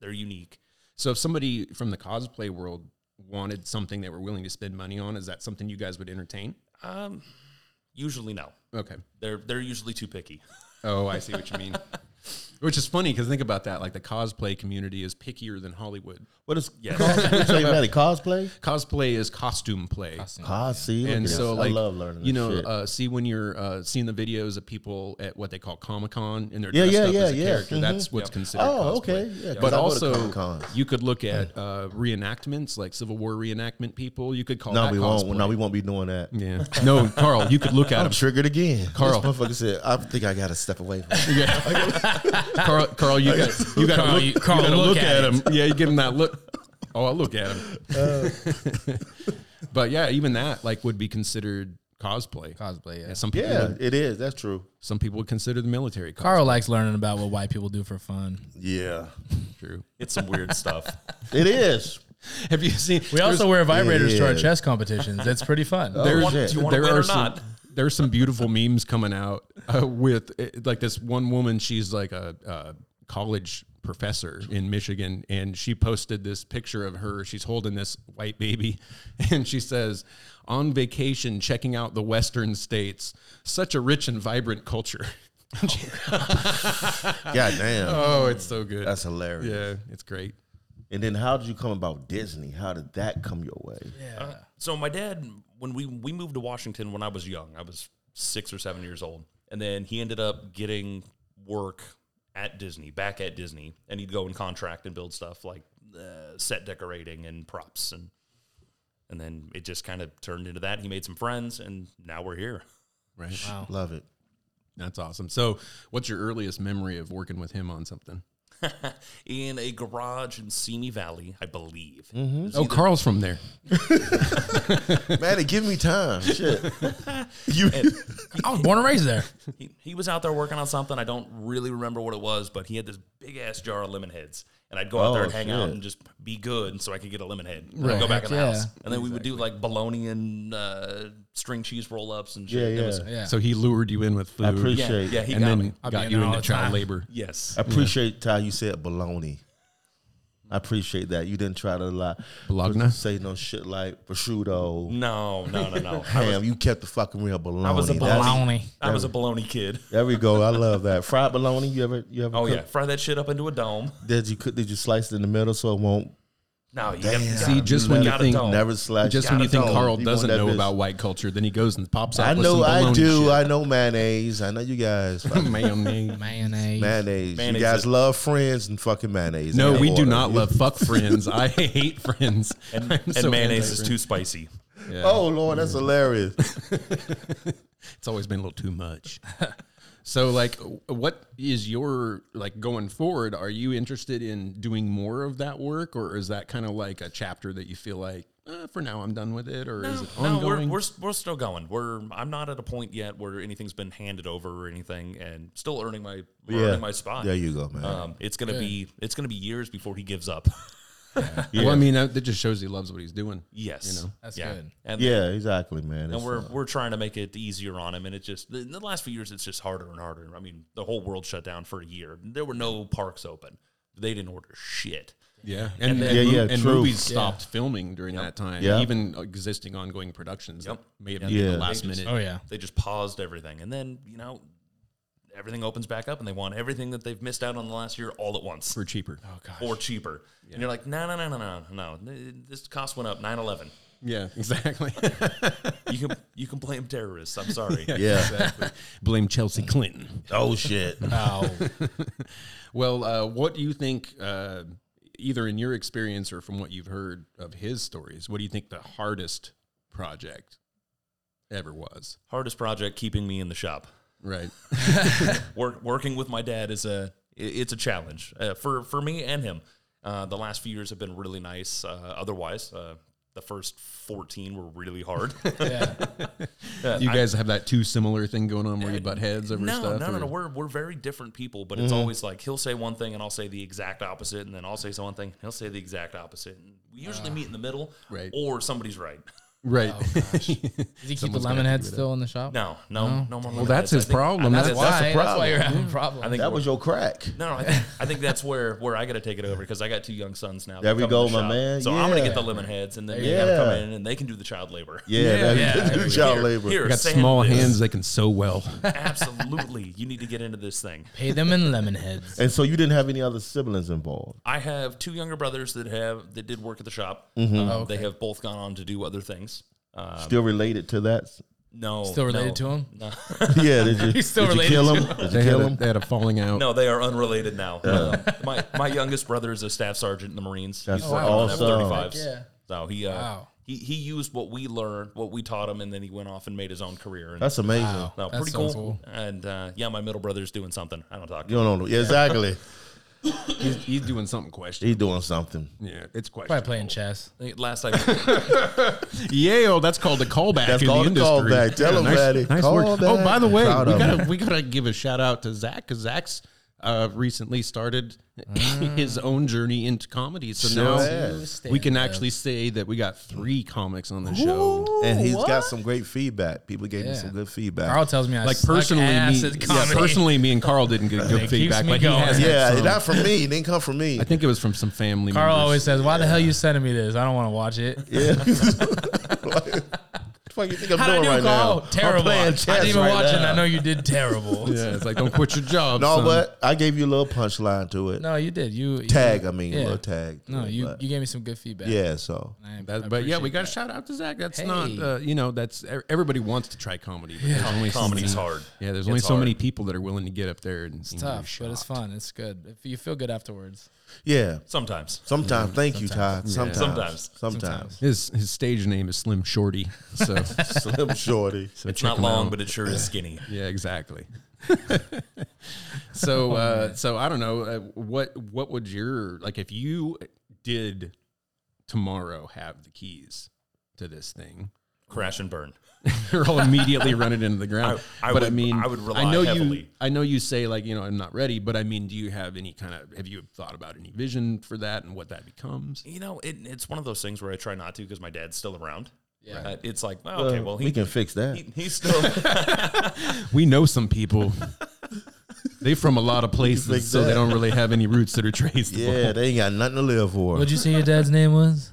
Speaker 5: they're unique.
Speaker 3: So if somebody from the cosplay world wanted something they were willing to spend money on, is that something you guys would entertain?
Speaker 5: Um, usually no,
Speaker 3: Okay.
Speaker 5: they're they're usually too picky.
Speaker 3: Oh, I see what you mean. Which is funny because think about that. Like the cosplay community is pickier than Hollywood.
Speaker 2: What is
Speaker 5: Yes.
Speaker 2: What you about it? Cosplay?
Speaker 3: Cosplay is costume play.
Speaker 2: Cos. See, look
Speaker 3: and
Speaker 2: at
Speaker 3: so
Speaker 2: this.
Speaker 3: like
Speaker 2: I love learning.
Speaker 3: you
Speaker 2: this
Speaker 3: know
Speaker 2: shit.
Speaker 3: uh see when you're uh seeing the videos of people at what they call comic-con and they're
Speaker 2: Yeah,
Speaker 3: dressed
Speaker 2: yeah,
Speaker 3: up as a
Speaker 2: yeah, yeah.
Speaker 3: character
Speaker 2: Mhm.
Speaker 3: that's what's
Speaker 5: Yep.
Speaker 3: considered
Speaker 2: Oh,
Speaker 3: cosplay.
Speaker 2: okay, yeah, 'cause
Speaker 3: but
Speaker 2: I go to
Speaker 3: also
Speaker 2: Comic-Cons.
Speaker 3: you could look at uh reenactments like civil war reenactment people you could call
Speaker 2: no,
Speaker 3: that
Speaker 2: we
Speaker 3: cosplay.
Speaker 2: won't. No, we won't be doing that.
Speaker 3: yeah no carl you could look at
Speaker 2: I'm
Speaker 3: them
Speaker 2: triggered again.
Speaker 3: Carl.
Speaker 2: this motherfucker said, "I think I gotta step away." From it.
Speaker 3: carl carl you got you got to
Speaker 1: Carl,
Speaker 3: look,
Speaker 1: you-
Speaker 3: you
Speaker 1: Carl,
Speaker 3: gotta
Speaker 1: look
Speaker 3: look
Speaker 1: at
Speaker 3: at
Speaker 1: it.
Speaker 3: him yeah you give him that look oh i'll look at him but yeah even that like would be considered cosplay
Speaker 1: Cosplay, yeah.
Speaker 3: And some people
Speaker 2: yeah,
Speaker 3: would,
Speaker 2: it is. That's true.
Speaker 3: some people would consider the military cosplay.
Speaker 1: Carl likes learning about what white people do for fun.
Speaker 2: Yeah,
Speaker 3: True.
Speaker 5: It's some weird stuff.
Speaker 2: it is.
Speaker 3: Have you seen?
Speaker 1: We also wear vibrators to our
Speaker 2: Yeah.
Speaker 1: chess competitions. It's pretty fun.
Speaker 3: there's-
Speaker 2: shit.
Speaker 5: Do you want to win
Speaker 3: are
Speaker 5: or
Speaker 3: some,
Speaker 5: not?
Speaker 3: There are some beautiful memes coming out uh, with it, like this one woman. She's like a, uh college professor in Michigan, and she posted this picture of her. She's holding this white baby, and she says, "On vacation, checking out the Western states. Such a rich and vibrant culture."
Speaker 2: God damn,
Speaker 3: oh, it's so good.
Speaker 2: that's hilarious.
Speaker 3: yeah, it's great.
Speaker 2: And then, how did you come about Disney? How did that come your way?
Speaker 5: So my dad, when we we moved to Washington when I was young, I was six or seven years old, and then he ended up getting work at Disney, back at Disney, and he'd go and contract and build stuff like uh, set decorating and props, and and then it just kind of turned into that. He made some friends, and now we're here.
Speaker 3: Right.
Speaker 2: Love it.
Speaker 3: That's awesome. So, what's your earliest memory of working with him on something?
Speaker 5: in a garage in Simi Valley, I believe.
Speaker 3: Oh, Carl's from there.
Speaker 2: Maddie, give me time. Shit. You,
Speaker 1: I was born and raised there.
Speaker 5: He, he was out there working on something. I don't really remember what it was, but he had this big ass jar of lemon heads. And I'd go out there
Speaker 2: Oh,
Speaker 5: and hang out
Speaker 2: shit.
Speaker 5: and just be good so I could get a lemon head. And I'd go back in the
Speaker 1: Yeah.
Speaker 5: house. And then we would do like bologna and uh, string cheese roll ups and
Speaker 2: yeah,
Speaker 5: shit. It
Speaker 2: yeah.
Speaker 5: was-
Speaker 1: Yeah.
Speaker 3: So he lured you in with food.
Speaker 2: I appreciate.
Speaker 5: yeah, he
Speaker 3: and
Speaker 5: got
Speaker 3: then
Speaker 5: me.
Speaker 1: I'll
Speaker 3: got
Speaker 1: be
Speaker 3: you
Speaker 1: in all
Speaker 3: into
Speaker 1: the
Speaker 3: child
Speaker 1: time.
Speaker 3: labor.
Speaker 5: Yes.
Speaker 2: I appreciate how you said baloney. I appreciate that. You didn't try to lie.
Speaker 3: Bologna?
Speaker 2: Say no shit like prosciutto.
Speaker 5: No, no, no, no. I was,
Speaker 2: Damn, you kept the fucking real bologna.
Speaker 5: I was a
Speaker 2: That's-
Speaker 5: bologna. I was a bologna kid.
Speaker 2: There we go. I love that. Fried bologna. You ever you ever
Speaker 5: Oh,
Speaker 2: cook-
Speaker 5: yeah. Fry that shit up into a dome.
Speaker 2: Did you cook did you slice it in the middle so it won't
Speaker 5: No, you gotta,
Speaker 3: See, just when you
Speaker 5: got
Speaker 3: think-
Speaker 2: never slice?
Speaker 3: Just when
Speaker 5: Got
Speaker 3: you
Speaker 5: it
Speaker 3: think
Speaker 2: done.
Speaker 3: Carl
Speaker 2: You want
Speaker 3: doesn't
Speaker 2: that
Speaker 3: know
Speaker 2: bitch.
Speaker 3: about white culture, then he goes and pops out.
Speaker 2: I
Speaker 3: with
Speaker 2: know
Speaker 3: some
Speaker 2: I
Speaker 3: bologna
Speaker 2: do.
Speaker 3: shit.
Speaker 2: I know mayonnaise. I know you guys. fucking
Speaker 3: Mayonnaise.
Speaker 1: Mayonnaise.
Speaker 2: mayonnaise. You
Speaker 5: Mayonnaise
Speaker 2: guys
Speaker 5: is-
Speaker 2: love friends and fucking mayonnaise.
Speaker 3: No,
Speaker 2: in
Speaker 3: we do
Speaker 2: order.
Speaker 3: not love fuck friends. I hate friends.
Speaker 5: And,
Speaker 3: I'm
Speaker 5: and
Speaker 3: so
Speaker 5: mayonnaise is
Speaker 3: anti-friend.
Speaker 5: too spicy.
Speaker 3: Yeah.
Speaker 2: Oh Lord, that's hilarious.
Speaker 3: It's always been a little too much. so, like, what is your like going forward? Are you interested in doing more of that work, or is that kind of like a chapter that you feel like eh, for now I'm done with it, or is it
Speaker 5: No, we're,
Speaker 3: ongoing?
Speaker 5: we're we're still going. We're I'm not at a point yet where anything's been handed over or anything, and still earning my
Speaker 2: Yeah.
Speaker 5: earning my spot.
Speaker 2: There you go, man.
Speaker 5: Um, it's gonna be it's gonna be years before he gives up.
Speaker 3: Well, I mean, that, that just shows he loves what he's doing.
Speaker 5: yes,
Speaker 3: You know.
Speaker 1: That's
Speaker 5: yeah.
Speaker 1: good.
Speaker 5: And
Speaker 2: yeah, exactly, man.
Speaker 5: and
Speaker 2: It's,
Speaker 5: we're
Speaker 2: uh,
Speaker 5: we're trying to make it easier on him, and it just in the last few years it's just harder and harder. I mean, the whole world shut down for a year. There were no parks open. They didn't order shit.
Speaker 3: Yeah, and and,
Speaker 2: Yeah,
Speaker 3: mo-
Speaker 2: yeah,
Speaker 3: and
Speaker 2: true.
Speaker 3: movies stopped filming during that time.
Speaker 2: Yeah.
Speaker 3: even existing ongoing productions
Speaker 5: Yep.
Speaker 3: that may have
Speaker 5: Yeah.
Speaker 3: been
Speaker 2: Yeah.
Speaker 3: the last minute.
Speaker 1: Oh yeah.
Speaker 5: They just paused everything, and then you know everything opens back up, and they want everything that they've missed out on the last year all at once.
Speaker 3: for cheaper.
Speaker 2: Oh,
Speaker 5: or cheaper. And you're like, no, no, no, no, no, no. Th- This cost went up 9 11.
Speaker 3: Yeah, exactly.
Speaker 5: You can, you can blame terrorists. I'm sorry.
Speaker 2: yeah.
Speaker 3: Blame Chelsea Clinton.
Speaker 2: oh shit.
Speaker 1: Oh,
Speaker 3: Well, uh, what do you think? Uh, either in your experience or from what you've heard of his stories, what do you think the hardest project ever was?
Speaker 5: Hardest project keeping me in the shop.
Speaker 3: Right.
Speaker 5: Work, working with my dad is a i- it's a challenge uh, for for me and him. Uh, the last few years have been really nice. Uh, otherwise, uh, the first 14 were really hard.
Speaker 1: yeah.
Speaker 5: Uh,
Speaker 3: Do you
Speaker 5: I- Uh,
Speaker 3: guys have that too similar thing going on where you butt heads over
Speaker 5: no,
Speaker 3: stuff?
Speaker 5: No, no,
Speaker 3: or- Mm-hmm.
Speaker 5: no. We're we're very different people, but it's always like he'll say one thing and I'll say the exact opposite, and then I'll say one thing, he'll say the exact opposite. And we usually meet in the middle,
Speaker 3: Ah. right.
Speaker 5: Or somebody's right.
Speaker 3: Right.
Speaker 2: Oh,
Speaker 1: Does he keep the
Speaker 3: Someone's gonna
Speaker 1: lemon
Speaker 3: have
Speaker 1: head
Speaker 3: to do
Speaker 1: still in the shop?
Speaker 5: No, no, no, more.
Speaker 3: Well, that's his problem.
Speaker 1: That's,
Speaker 3: That's,
Speaker 1: why.
Speaker 2: the
Speaker 1: That's, why
Speaker 2: problem.
Speaker 1: you're having a problem.
Speaker 5: I think
Speaker 2: That was your crack.
Speaker 5: No, no, I think, I think that's where where I got to take it over because I got two young sons now. that
Speaker 2: There we
Speaker 5: come to the
Speaker 2: go, my
Speaker 5: shop.
Speaker 2: man.
Speaker 5: So I'm gonna
Speaker 2: Yeah.
Speaker 5: get the lemon heads, and then they
Speaker 2: Yeah.
Speaker 5: gotta come in and they can do the child labor.
Speaker 2: Yeah, that
Speaker 1: yeah, there we
Speaker 2: child
Speaker 5: Here-
Speaker 2: labor.
Speaker 5: Here,
Speaker 3: got
Speaker 5: sand
Speaker 3: small
Speaker 5: this.
Speaker 3: hands that can sew well.
Speaker 5: Absolutely, you need to get into this thing.
Speaker 1: Pay them in lemon heads.
Speaker 2: And so you didn't have any other siblings involved.
Speaker 5: I have two younger brothers that have that did work at the shop.
Speaker 2: Mm-hmm.
Speaker 5: Um,
Speaker 3: Oh,
Speaker 5: They have both gone on to do other things. Um,
Speaker 2: Still related to that?
Speaker 5: no,
Speaker 1: Still related
Speaker 5: no,
Speaker 1: to him?
Speaker 5: No,
Speaker 2: Yeah, did you,
Speaker 1: He's still
Speaker 2: did
Speaker 1: related
Speaker 2: you kill
Speaker 1: to
Speaker 2: him? Did you
Speaker 3: They had,
Speaker 2: kill
Speaker 3: a,
Speaker 2: him?
Speaker 3: they had a falling out.
Speaker 5: no, they are unrelated now. Uh, my my youngest brother is a staff sergeant in the Marines.
Speaker 2: That's
Speaker 5: He's working on
Speaker 2: awesome.
Speaker 5: F-35s.
Speaker 1: Yeah.
Speaker 5: So he uh,
Speaker 1: Wow.
Speaker 5: he he used what we learned, what we taught him, and then he went off and made his own career. And
Speaker 2: That's amazing.
Speaker 1: Wow.
Speaker 5: no,
Speaker 1: That's
Speaker 5: pretty
Speaker 1: so
Speaker 5: cool.
Speaker 1: cool.
Speaker 5: And uh, yeah, my middle brother's doing something. I don't talk.
Speaker 2: You
Speaker 5: To him.
Speaker 2: don't know. Yeah, exactly.
Speaker 3: He's, he's doing something questionable.
Speaker 2: He's doing something.
Speaker 3: Yeah, it's questionable.
Speaker 1: Probably playing chess.
Speaker 5: I think Last time,
Speaker 3: Yale, that's called a callback.
Speaker 2: That's
Speaker 3: in
Speaker 2: called a
Speaker 3: the industry.
Speaker 2: callback. Tell 'em,
Speaker 3: nice,
Speaker 2: Maddie.
Speaker 3: Nice work.
Speaker 2: Callback.
Speaker 3: Oh, by the way,
Speaker 2: Proud
Speaker 3: we
Speaker 2: of
Speaker 3: gotta we gotta give a shout out to Zach because Zach's uh, recently started
Speaker 1: Mm.
Speaker 3: his own journey into comedy. So
Speaker 2: Sure
Speaker 3: now
Speaker 2: has.
Speaker 3: we can actually say that we got three comics on the show.
Speaker 2: And he's got some great feedback. People gave him
Speaker 1: Yeah.
Speaker 2: some good feedback.
Speaker 1: Carl tells me I
Speaker 3: Like
Speaker 1: suck
Speaker 3: personally, me,
Speaker 1: ass at
Speaker 3: yeah,
Speaker 1: comedy.
Speaker 3: personally, me and Carl didn't get good
Speaker 1: keeps
Speaker 3: feedback.
Speaker 1: me
Speaker 3: Like he
Speaker 1: going.
Speaker 3: has had
Speaker 2: yeah,
Speaker 3: some.
Speaker 2: not from me. It didn't come from me.
Speaker 3: I think it was from some family.
Speaker 1: Carl
Speaker 3: members.
Speaker 1: always says, "Why the hell you sending me this? I don't want to watch it."
Speaker 2: Yeah. what the fuck you think I'm
Speaker 1: How
Speaker 2: doing
Speaker 1: did I
Speaker 2: right
Speaker 1: do, Carl?
Speaker 2: now? I'm
Speaker 1: Terrible. I
Speaker 2: playing
Speaker 1: didn't
Speaker 2: chess
Speaker 1: even
Speaker 2: right
Speaker 1: watch it.
Speaker 2: now.
Speaker 1: I know you did terrible.
Speaker 3: Yeah, it's like don't quit your job.
Speaker 2: No,
Speaker 3: son.
Speaker 2: but I gave you a little punchline to it.
Speaker 1: No, you did. You you-
Speaker 2: Tag, I mean,
Speaker 1: yeah.
Speaker 2: a little tag. to
Speaker 1: No,
Speaker 2: it,
Speaker 1: you
Speaker 2: but-
Speaker 1: you gave me some good feedback.
Speaker 2: Yeah, so.
Speaker 1: I- I
Speaker 3: That, but yeah, we
Speaker 1: appreciate
Speaker 3: got to
Speaker 1: that.
Speaker 3: shout out to Zach. That's not,
Speaker 1: Hey.
Speaker 3: uh, you know, that's e- everybody wants to try comedy. But there's only so
Speaker 5: comedy's
Speaker 3: many-
Speaker 5: hard.
Speaker 3: Yeah, there's
Speaker 5: It's
Speaker 3: only so
Speaker 5: hard.
Speaker 3: many people that are willing to get up there and
Speaker 1: It's tough, but it's fun. It's good. If you feel good afterwards.
Speaker 2: Yeah.
Speaker 5: sometimes.
Speaker 2: Sometimes. Thank you, Todd. Sometimes.
Speaker 5: Sometimes.
Speaker 2: Sometimes.
Speaker 3: His his stage name is Slim Shorty. So, so
Speaker 2: Slim Shorty.
Speaker 5: It's
Speaker 3: check
Speaker 5: not
Speaker 3: him
Speaker 5: long,
Speaker 3: out.
Speaker 5: but it sure is skinny.
Speaker 3: yeah, exactly.
Speaker 1: Oh,
Speaker 3: so uh, so I don't know uh, what what would your like if you did tomorrow have the keys to this thing.
Speaker 5: Crash and burn.
Speaker 3: or I'll immediately run it into the ground.
Speaker 5: I- I
Speaker 3: but I
Speaker 5: would-
Speaker 3: mean,
Speaker 5: I would rely
Speaker 3: know You,
Speaker 5: heavily.
Speaker 3: I know you say like you know I'm not ready, but I mean, do you have any kind of have you thought about any vision for that and what that becomes?
Speaker 5: You know, it, it's one of those things where I try not to because my dad's still around.
Speaker 1: Yeah.
Speaker 5: Uh, it's like, oh, okay, well, he,
Speaker 2: we can fix that.
Speaker 5: he, he's still.
Speaker 3: We know some people. They from a lot of places, so they don't really have any roots that are traceable.
Speaker 2: yeah, they ain't got nothing to live for.
Speaker 1: What'd you say your dad's name was?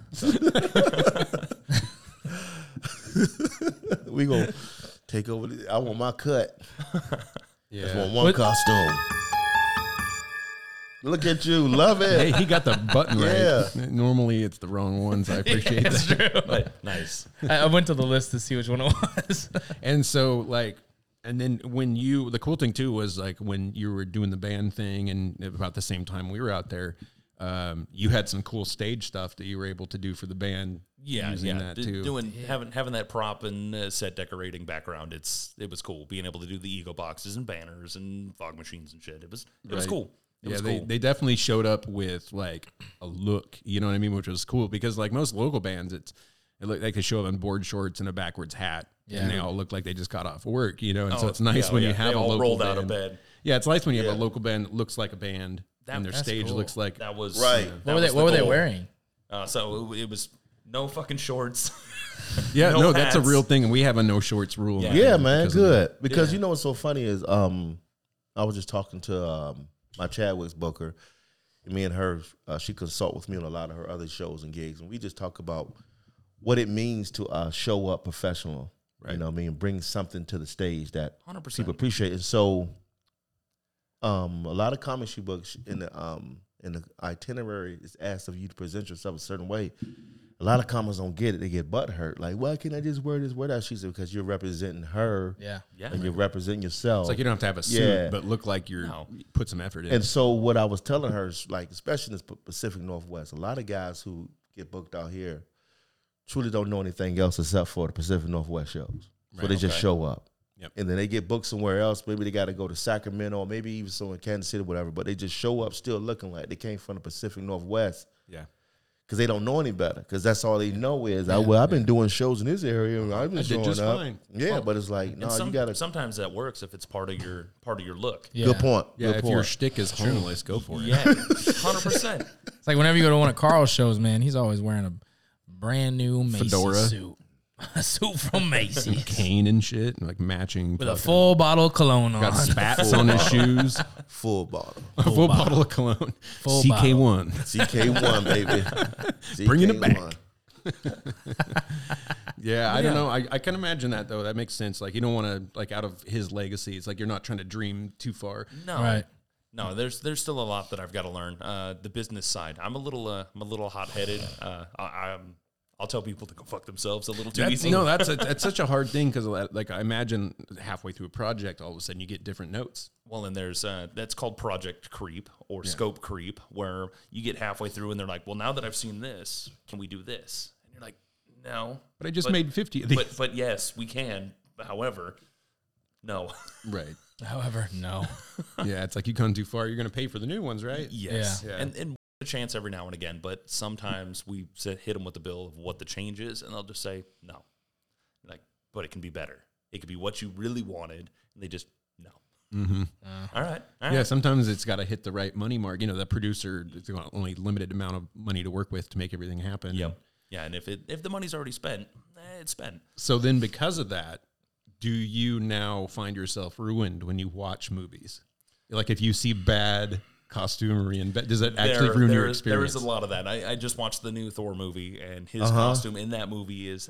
Speaker 2: we gonna take over. The, I want my cut. Just want one
Speaker 1: What-
Speaker 2: costume. Look at you, love
Speaker 3: Hey,
Speaker 2: it.
Speaker 3: he got the button right.
Speaker 2: Yeah.
Speaker 3: Normally, it's the wrong ones. I appreciate that.
Speaker 5: but nice.
Speaker 1: I, I went to the list to see which one it was.
Speaker 3: And so like and then when you the cool thing too was like when you were doing the band thing and about the same time we were out there um, you had some cool stage stuff that you were able to do for the band
Speaker 5: Yeah,
Speaker 3: using
Speaker 5: yeah.
Speaker 3: that
Speaker 5: D-
Speaker 3: too.
Speaker 5: Doing having having that prop and uh, set decorating background, it's it was cool. Being able to do the ego boxes and banners and fog machines and shit, it was it was
Speaker 3: Right.
Speaker 5: cool. It
Speaker 3: yeah,
Speaker 5: was
Speaker 3: they,
Speaker 5: cool.
Speaker 3: they definitely showed up with like a look, you know what I mean, which was cool because like most local bands, it's it looked like they show up in board shorts and a backwards hat,
Speaker 1: Yeah.
Speaker 3: and they all look like they just got off work, you know. And so
Speaker 5: Oh,
Speaker 3: it's nice
Speaker 5: yeah,
Speaker 3: when
Speaker 5: yeah.
Speaker 3: you have a
Speaker 5: They all
Speaker 3: local
Speaker 5: rolled
Speaker 3: band.
Speaker 5: out of bed.
Speaker 3: Yeah, it's nice when you have a
Speaker 2: Yeah.
Speaker 3: local band that looks like a band,
Speaker 5: That-
Speaker 3: and their
Speaker 1: that's
Speaker 3: stage
Speaker 1: cool.
Speaker 3: looks like
Speaker 5: that was
Speaker 2: Right.
Speaker 5: that
Speaker 1: What were
Speaker 5: was
Speaker 1: they
Speaker 5: the
Speaker 1: what were they
Speaker 5: goal.
Speaker 1: wearing?
Speaker 5: Uh, so it, it was no fucking shorts.
Speaker 3: Yeah, no,
Speaker 5: No
Speaker 3: that's a
Speaker 5: hats.
Speaker 3: real thing, and we have a no shorts rule.
Speaker 5: Yeah.
Speaker 3: now
Speaker 2: yeah, man,
Speaker 3: because of that.
Speaker 2: good. Because you know what's so funny is, um, I was just talking to um my Chadwick's Booker. Me and her, uh, she consult with me on a lot of her other shows and gigs, and we just talk about what it means to uh, show up professional. You know, what I mean, bring something to the stage that
Speaker 5: 100%.
Speaker 2: people appreciate. And so, um, a lot of comic book books in the um in the itinerary is asked of you to present yourself a certain way. A lot of comics don't get it; they get butt hurt. Like, why can't I just wear this? Wear that? She said because you're representing her,
Speaker 1: Yeah.
Speaker 5: Yeah,
Speaker 2: and you're representing yourself.
Speaker 3: It's like you don't have to have a suit,
Speaker 2: Yeah.
Speaker 3: but look like you're
Speaker 5: No.
Speaker 3: put some effort in.
Speaker 2: And so what I was telling her is like, especially in the P- Pacific Northwest, a lot of guys who get booked out here truly don't know anything else except for the Pacific Northwest shows. So they just show up.
Speaker 3: Yep.
Speaker 2: And then they get booked somewhere else. Maybe they got to go to Sacramento or maybe even somewhere in Kansas City, whatever. But they just show up still looking like they came from the Pacific Northwest
Speaker 3: yeah,
Speaker 2: because they don't know any better. Because that's all they know is, I, well, I've been doing shows in this area and I've been
Speaker 3: I did
Speaker 2: showing
Speaker 3: just
Speaker 2: up.
Speaker 3: fine.
Speaker 2: Yeah, but it's like, no,
Speaker 5: and some,
Speaker 2: you got to.
Speaker 5: sometimes that works if it's part of your part of your look.
Speaker 1: Yeah.
Speaker 2: Good point.
Speaker 3: yeah.
Speaker 2: good
Speaker 3: if
Speaker 2: point.
Speaker 3: your shtick is homeless, go for it.
Speaker 5: Yeah, hundred percent.
Speaker 1: It's like whenever you go to one of Carl's shows, man, he's always wearing a brand new Macy's
Speaker 3: Fedora.
Speaker 1: suit. a suit from Macy's
Speaker 3: cane and shit, and like matching
Speaker 1: with a
Speaker 3: fucking-
Speaker 1: full bottle of cologne on.
Speaker 3: got spats on his shoes,
Speaker 2: Full bottle.
Speaker 3: a full bottle of cologne,
Speaker 1: Full
Speaker 3: CK one.
Speaker 2: CK1, baby.
Speaker 3: Bringing it
Speaker 2: CK1.
Speaker 3: Yeah, I don't know. I, I can imagine that though. That makes sense. Like you don't want to like out of his legacy. It's like you're not trying to dream too far.
Speaker 5: No,
Speaker 1: Right.
Speaker 5: no. There's there's still a lot that I've got to learn. Uh, the business side. I'm a little uh, I'm a little hot headed. Uh, I, I'm I'll tell people to go fuck themselves a little too
Speaker 3: That's-
Speaker 5: easy.
Speaker 3: No, that's a, that's such a hard thing because like I imagine halfway through a project, all of a sudden you get different notes.
Speaker 5: Well, and there's uh, that's called project creep or scope creep, where you get halfway through and they're like, "Well, now that I've seen this, can we do this?" And you're like, "No,
Speaker 3: But I just made fifty. Of these.
Speaker 5: but but yes, we can. However, no,
Speaker 3: right.
Speaker 1: However, no.
Speaker 3: Yeah, it's like you come too far. You're gonna pay for the new ones, right?
Speaker 5: yes,
Speaker 3: Yeah. Yeah.
Speaker 5: and and a chance every now and again, but sometimes we sit, hit them with the bill of what the change is, and they'll just say no, like, but it can be better. It could be what you really wanted, and they just no. Mm-hmm. all right, all right.
Speaker 3: Yeah, sometimes it's got to hit the right money mark. You know, the producer is got only limited amount of money to work with to make everything happen.
Speaker 5: Yep. Yeah, and if it if the money's already spent, eh, it's spent.
Speaker 3: So then, because of that, do you now find yourself ruined when you watch movies? Like if you see bad costumery and ba- does that actually
Speaker 5: There-
Speaker 3: ruin
Speaker 5: there
Speaker 3: your
Speaker 5: is- there
Speaker 3: experience?
Speaker 5: is a lot of that. I, I just watched the new Thor movie, and his costume in that movie is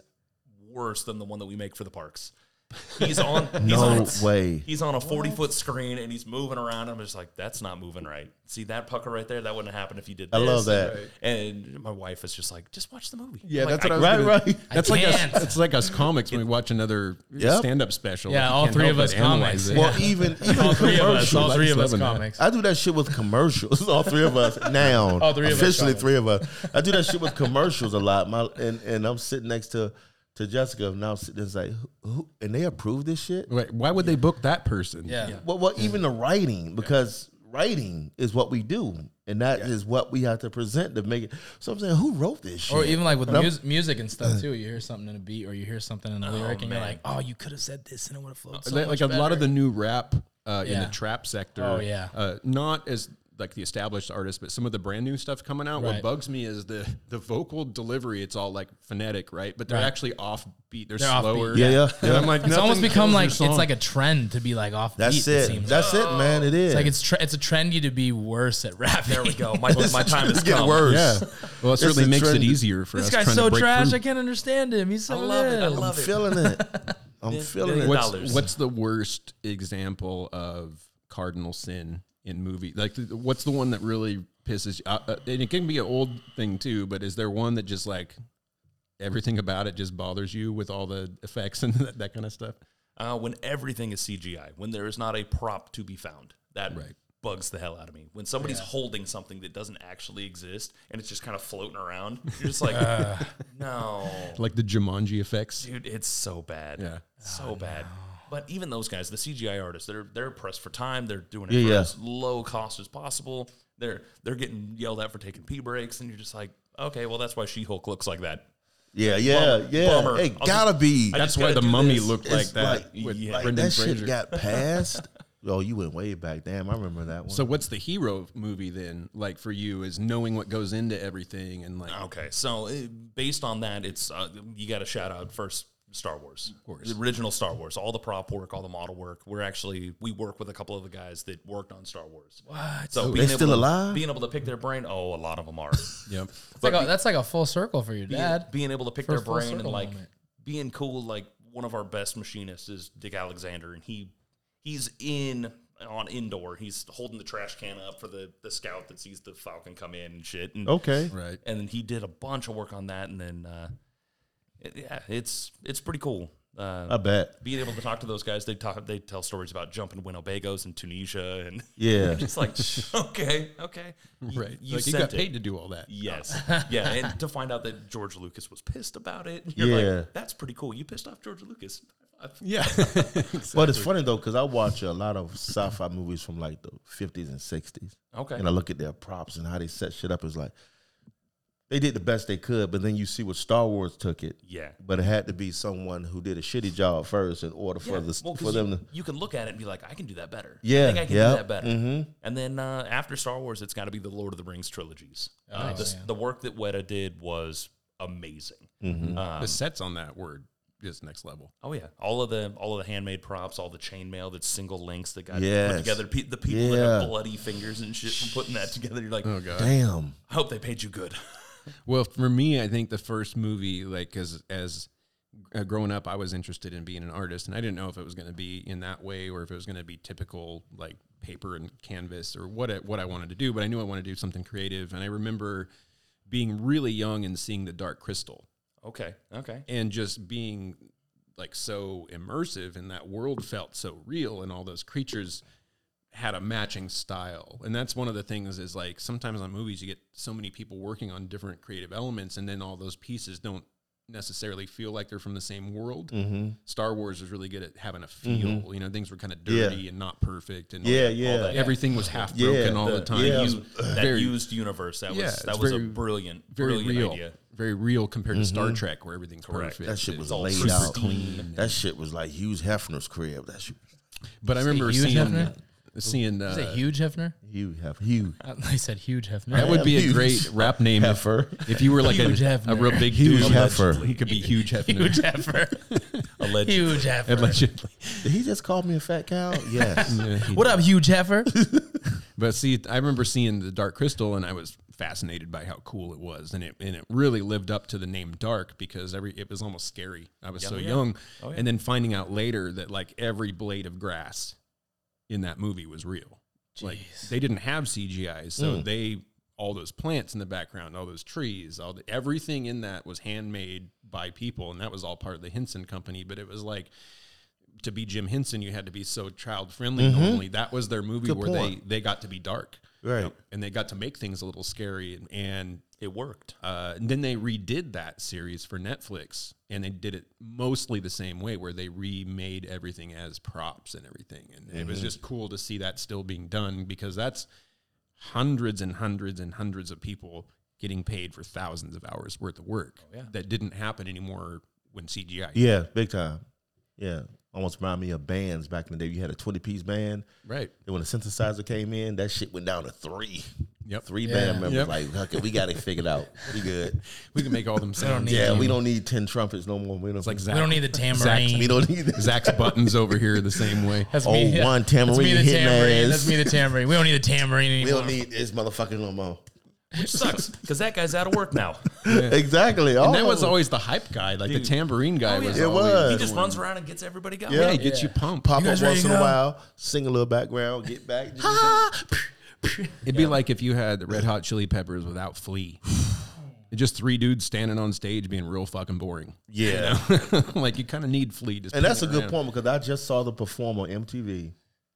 Speaker 5: worse than the one that we make for the parks. He's on. he's
Speaker 2: No
Speaker 5: on,
Speaker 2: way.
Speaker 5: He's on a forty-foot screen, and he's moving around. I'm just like, that's not moving right. See that pucker right there? That wouldn't happen if you did.
Speaker 2: I
Speaker 5: This.
Speaker 2: love that. Right.
Speaker 5: And my wife is just like, just watch the movie.
Speaker 3: Yeah,
Speaker 5: I'm like,
Speaker 3: that's what I was
Speaker 2: Right,
Speaker 3: gonna-
Speaker 2: right.
Speaker 3: That's
Speaker 1: I
Speaker 3: like
Speaker 1: can't.
Speaker 3: us, it's like us comics when we watch another
Speaker 2: Yep.
Speaker 3: stand-up special.
Speaker 1: Yeah,
Speaker 3: You
Speaker 1: all
Speaker 3: can't
Speaker 1: three
Speaker 3: help
Speaker 1: of
Speaker 3: but
Speaker 1: us
Speaker 3: analyze
Speaker 1: comics.
Speaker 3: it.
Speaker 2: Well, even, even
Speaker 1: All three of us.
Speaker 2: commercials.
Speaker 1: All three of us
Speaker 3: Loving that.
Speaker 1: comics.
Speaker 2: I do that shit with commercials. All three of us now.
Speaker 1: All three of us,
Speaker 2: Officially,
Speaker 1: Sean.
Speaker 2: three of us. I do that shit with commercials a lot. My and, and I'm sitting next to to Jessica, and I'm sitting there it's like, who, who- and they approve this shit.
Speaker 3: Wait, why would they book that person?
Speaker 1: Yeah.
Speaker 2: Well, well even the writing, because writing is what we do, and that is what we have to present to make it. So I'm saying, who wrote this shit?
Speaker 1: Or even like with
Speaker 2: And I'm-
Speaker 1: mus- music and stuff too. You hear something in a beat, or you hear something in a lyric, and you're
Speaker 5: man.
Speaker 1: like, "Oh, you could have said this, and it would have flowed." So
Speaker 3: like
Speaker 1: much
Speaker 3: like a lot
Speaker 1: better."
Speaker 3: of the new rap uh, in the
Speaker 1: Yeah.
Speaker 3: trap sector.
Speaker 1: Oh, yeah.
Speaker 3: uh, not as like the established artists, but some of the brand new stuff coming out. What
Speaker 1: Right.
Speaker 3: bugs me is the the vocal delivery. It's all like phonetic, right? But they're
Speaker 1: Right.
Speaker 3: actually off beat. They're,
Speaker 1: They're offbeat,
Speaker 3: slower.
Speaker 2: yeah, yeah.
Speaker 3: And I'm like,
Speaker 1: it's almost become like it's like
Speaker 3: a
Speaker 1: a trend to be like off.
Speaker 2: That's
Speaker 1: beat,
Speaker 2: it.
Speaker 1: seems.
Speaker 2: That's it, man. It is.
Speaker 1: It's like it's tre- it's a trendy to be worse at rapping.
Speaker 5: There we go. My, my time is
Speaker 2: It's getting
Speaker 5: come.
Speaker 2: worse.
Speaker 3: yeah. Well, it certainly
Speaker 2: the
Speaker 3: makes
Speaker 2: trend.
Speaker 3: it easier for
Speaker 1: this
Speaker 3: us.
Speaker 1: guy's
Speaker 3: trying to
Speaker 1: so
Speaker 3: break
Speaker 1: trash.
Speaker 3: through.
Speaker 1: I can't understand him. He's so
Speaker 5: I love it. I
Speaker 1: ill.
Speaker 5: love
Speaker 2: I'm
Speaker 5: it.
Speaker 2: feeling it. I'm feeling it.
Speaker 5: What-
Speaker 3: What's,
Speaker 5: dollars.
Speaker 3: what's the worst example of cardinal sin in movie? Like, th- what's the one that really pisses you? Uh, uh, and it can be an old thing too, but is there one that just like everything about it just bothers you with all the effects and that, that kind of stuff?
Speaker 5: uh, when everything is CGI, when there is not a prop to be found. That
Speaker 3: Right.
Speaker 5: bugs the hell out of me. When somebody's holding something that doesn't actually exist and it's just kind of floating around, you're just like,
Speaker 3: Uh.
Speaker 5: no.
Speaker 3: Like the Jumanji effects.
Speaker 5: Dude, it's so bad.
Speaker 3: Yeah.
Speaker 5: So bad. But even those guys, the CGI artists, they're they're pressed for time. They're doing it
Speaker 2: Yeah,
Speaker 5: for
Speaker 2: yeah.
Speaker 5: as low cost as possible. They're they're getting yelled at for taking pee breaks, and you're just like, okay, well that's why She Hulk looks like that.
Speaker 2: Yeah, yeah,
Speaker 5: Bummer.
Speaker 2: yeah.
Speaker 5: Bummer.
Speaker 2: It
Speaker 5: I'll
Speaker 2: gotta
Speaker 5: just-
Speaker 2: be.
Speaker 5: I
Speaker 3: That's
Speaker 5: just
Speaker 3: why
Speaker 5: gotta
Speaker 3: the
Speaker 5: do
Speaker 3: mummy
Speaker 5: this.
Speaker 3: looked like
Speaker 2: It's
Speaker 3: that
Speaker 2: like-
Speaker 3: with
Speaker 5: yeah.
Speaker 2: Like,
Speaker 3: Brendan
Speaker 2: that
Speaker 3: Fraser.
Speaker 2: shit got passed. oh, you went way back. Damn, I remember that one.
Speaker 3: so what's the hero movie then? Like for you is knowing what goes into everything and like
Speaker 5: Okay, so uh, based on that, it's uh, you got to shout out first Star Wars, the original Star Wars, all the prop work, all the model work. We're actually we work with a couple of the guys that worked on Star Wars. What? So
Speaker 2: they're
Speaker 5: able
Speaker 2: still
Speaker 5: to,
Speaker 2: alive?
Speaker 5: Being able to pick their brain. Oh, a lot of them are.
Speaker 3: yep.
Speaker 1: It's like a- that's like a full circle for your
Speaker 5: being,
Speaker 1: dad.
Speaker 5: being able to pick
Speaker 1: First
Speaker 5: their
Speaker 1: full
Speaker 5: brain and
Speaker 1: circle
Speaker 5: like
Speaker 1: moment.
Speaker 5: being cool. Like one of our best machinists is Dick Alexander, and he he's in on indoor. He's holding the trash can up for the the scout that sees the Falcon come in and shit. And
Speaker 3: Oh.
Speaker 2: okay,
Speaker 3: Right.
Speaker 5: and then he did a bunch of work on that and then uh, it- yeah it's it's pretty cool
Speaker 2: I
Speaker 5: uh,
Speaker 2: bet.
Speaker 5: being able to talk to those guys they talk they tell stories about jumping winnebagos in tunisia and
Speaker 2: Yeah,
Speaker 5: it's like okay okay You-
Speaker 3: Right.
Speaker 5: you
Speaker 3: like you
Speaker 5: sent
Speaker 3: got
Speaker 5: it.
Speaker 3: paid to do all that.
Speaker 5: yes yeah and to find out that george lucas was pissed about it you're
Speaker 2: Yeah.
Speaker 5: like that's pretty cool you pissed off george lucas
Speaker 3: Yeah.
Speaker 2: but it's funny though because I watch a lot of sci-fi movies from like the fifties and sixties,
Speaker 5: okay
Speaker 2: and I look at their props and how they set shit up. It's like they did the best they could, but then you see what Star Wars took it.
Speaker 5: yeah
Speaker 2: But it had to be someone who did a shitty job first in order for
Speaker 5: Yeah,
Speaker 2: the
Speaker 5: well, 'cause
Speaker 2: for them
Speaker 5: you,
Speaker 2: to.
Speaker 5: you can look at it and be like, I can do that better.
Speaker 2: Yeah, Mm-hmm.
Speaker 5: I think I can
Speaker 2: yeah,
Speaker 5: do that better. And then uh, after Star Wars, it's got to be the Lord of the Rings trilogies. Uh, the, the work that Weta did was amazing.
Speaker 3: the sets on that word just next level.
Speaker 5: Oh yeah, all of the all of the handmade props, all the chainmail, that's single links that got
Speaker 2: Yes.
Speaker 5: put together. Pe- the people that
Speaker 2: Yeah. Oh,
Speaker 5: have bloody fingers and shit from putting that together. You're like,
Speaker 2: Damn.
Speaker 5: I hope they paid you good.
Speaker 3: Well, for me, I think the first movie, like as as uh, growing up, I was interested in being an artist, and I didn't know if it was going to be in that way or if it was going to be typical like paper and canvas or what it, what I wanted to do. But I knew I wanted to do something creative, and I remember being really young and seeing The Dark Crystal
Speaker 5: okay, okay.
Speaker 3: and just being like so immersive and that world felt so real and all those creatures had a matching style and that's one of the things is like sometimes on movies you get so many people working on different creative elements and then all those pieces don't necessarily feel like they're from the same world
Speaker 2: Mm-hmm.
Speaker 3: star wars was really good at having a feel you know things were kind of dirty and not perfect and all
Speaker 2: Yeah,
Speaker 3: that-
Speaker 2: yeah.
Speaker 3: all that. everything was half broken all the, time
Speaker 2: yeah.
Speaker 3: It was
Speaker 5: U- that
Speaker 3: very-
Speaker 5: used universe that
Speaker 3: Yeah,
Speaker 5: was that
Speaker 3: it's
Speaker 5: was
Speaker 3: very-
Speaker 5: a brilliant,
Speaker 3: very
Speaker 5: brilliant
Speaker 3: real
Speaker 5: idea.
Speaker 3: very real compared to star trek where everything's perfect
Speaker 2: Mm-hmm. That shit
Speaker 3: It's
Speaker 2: was
Speaker 3: all
Speaker 2: laid
Speaker 3: super
Speaker 2: out.
Speaker 3: clean
Speaker 2: That shit was like Hughes Hefner's crib. That shit.
Speaker 3: But I remember
Speaker 1: Hugh
Speaker 3: seeing
Speaker 1: Hefner?
Speaker 3: seeing uh,
Speaker 1: Is it huge Hefner?
Speaker 2: Hugh Hef Hugh.
Speaker 1: I I said huge Hefner.
Speaker 3: that would be a
Speaker 2: Huge
Speaker 3: great rap name if,
Speaker 2: Heffer.
Speaker 3: if you were like
Speaker 1: Huge
Speaker 3: a,
Speaker 1: Hefner.
Speaker 3: a real big
Speaker 2: Huge
Speaker 3: dude.
Speaker 2: Heffer.
Speaker 3: allegedly. He could be huge Hefner.
Speaker 1: huge Hefner.
Speaker 5: Alleged.
Speaker 1: huge Hefner.
Speaker 3: Allegedly.
Speaker 2: Did he just call me a fat cow? Yes.
Speaker 1: What up, huge Heffer?
Speaker 3: But see, I remember seeing the Dark Crystal, and I was fascinated by how cool it was, and it and it really lived up to the name Dark because every it was almost scary. I
Speaker 1: Oh,
Speaker 3: was so young, and then finding out later that like every blade of grass in that movie was real. Like they didn't have CGI, so
Speaker 2: Mm.
Speaker 3: they all those plants in the background, all those trees, all the, everything in that was handmade by people, and that was all part of the Henson Company. But it was like to be Jim Henson, you had to be so child friendly. Normally, that was their movie
Speaker 2: Mm-hmm. Good
Speaker 3: where
Speaker 2: point.
Speaker 3: they they got to be dark,
Speaker 2: Right.
Speaker 3: and they got to make things a little scary. And, and
Speaker 5: It worked.
Speaker 3: uh, and then they redid that series for Netflix, and they did it mostly the same way, where they remade everything as props and everything. And it was just cool to see that still being done because that's hundreds and hundreds and hundreds of people getting paid for thousands of hours worth of work that didn't happen anymore when CGI.
Speaker 2: Yeah, big time. Yeah. Almost remind me of bands back in the day. You had a 20 piece band.
Speaker 3: Right.
Speaker 2: And when the synthesizer came in, that shit went down to three.
Speaker 3: Yep.
Speaker 2: Three band members.
Speaker 3: Yep.
Speaker 2: Like, okay, we got it figured out. We good.
Speaker 3: We can make all them
Speaker 1: don't
Speaker 3: sounds.
Speaker 1: need-
Speaker 2: Yeah, we don't need 10 trumpets no more. We don't,
Speaker 3: Like
Speaker 1: we
Speaker 3: Zach,
Speaker 1: don't need the
Speaker 2: we
Speaker 1: tambourine.
Speaker 2: don't need that.
Speaker 3: Zach's buttons over here the same way.
Speaker 1: That's
Speaker 2: Oh,
Speaker 1: me.
Speaker 2: one
Speaker 1: That's me
Speaker 2: tambourine
Speaker 1: the
Speaker 2: hitting
Speaker 1: tambourine.
Speaker 2: ass.
Speaker 1: That's me the tambourine. We don't need a tambourine
Speaker 2: We
Speaker 1: anymore.
Speaker 2: don't need this motherfucker no more.
Speaker 5: Which sucks because that guy's out of work now.
Speaker 2: Exactly. All
Speaker 3: And that
Speaker 2: of
Speaker 3: was
Speaker 2: them.
Speaker 3: always the hype guy, like the tambourine guy was.
Speaker 2: Oh, It
Speaker 3: always
Speaker 2: was.
Speaker 5: He just runs around and gets everybody going.
Speaker 3: Yeah, he gets you pumped.
Speaker 2: pop
Speaker 1: You
Speaker 2: up
Speaker 1: guys ready
Speaker 2: once
Speaker 1: to
Speaker 2: in a
Speaker 1: go?
Speaker 2: while, sing a little background, get back.
Speaker 3: Ah. It'd be like if you had the Red Hot Chili Peppers without Flea. Just three dudes standing on stage being real fucking boring.
Speaker 2: yeah.
Speaker 3: like you kind of need Flea. Just
Speaker 2: And that's a
Speaker 3: playing
Speaker 2: good
Speaker 3: around.
Speaker 2: point because I just saw the perform on MTV,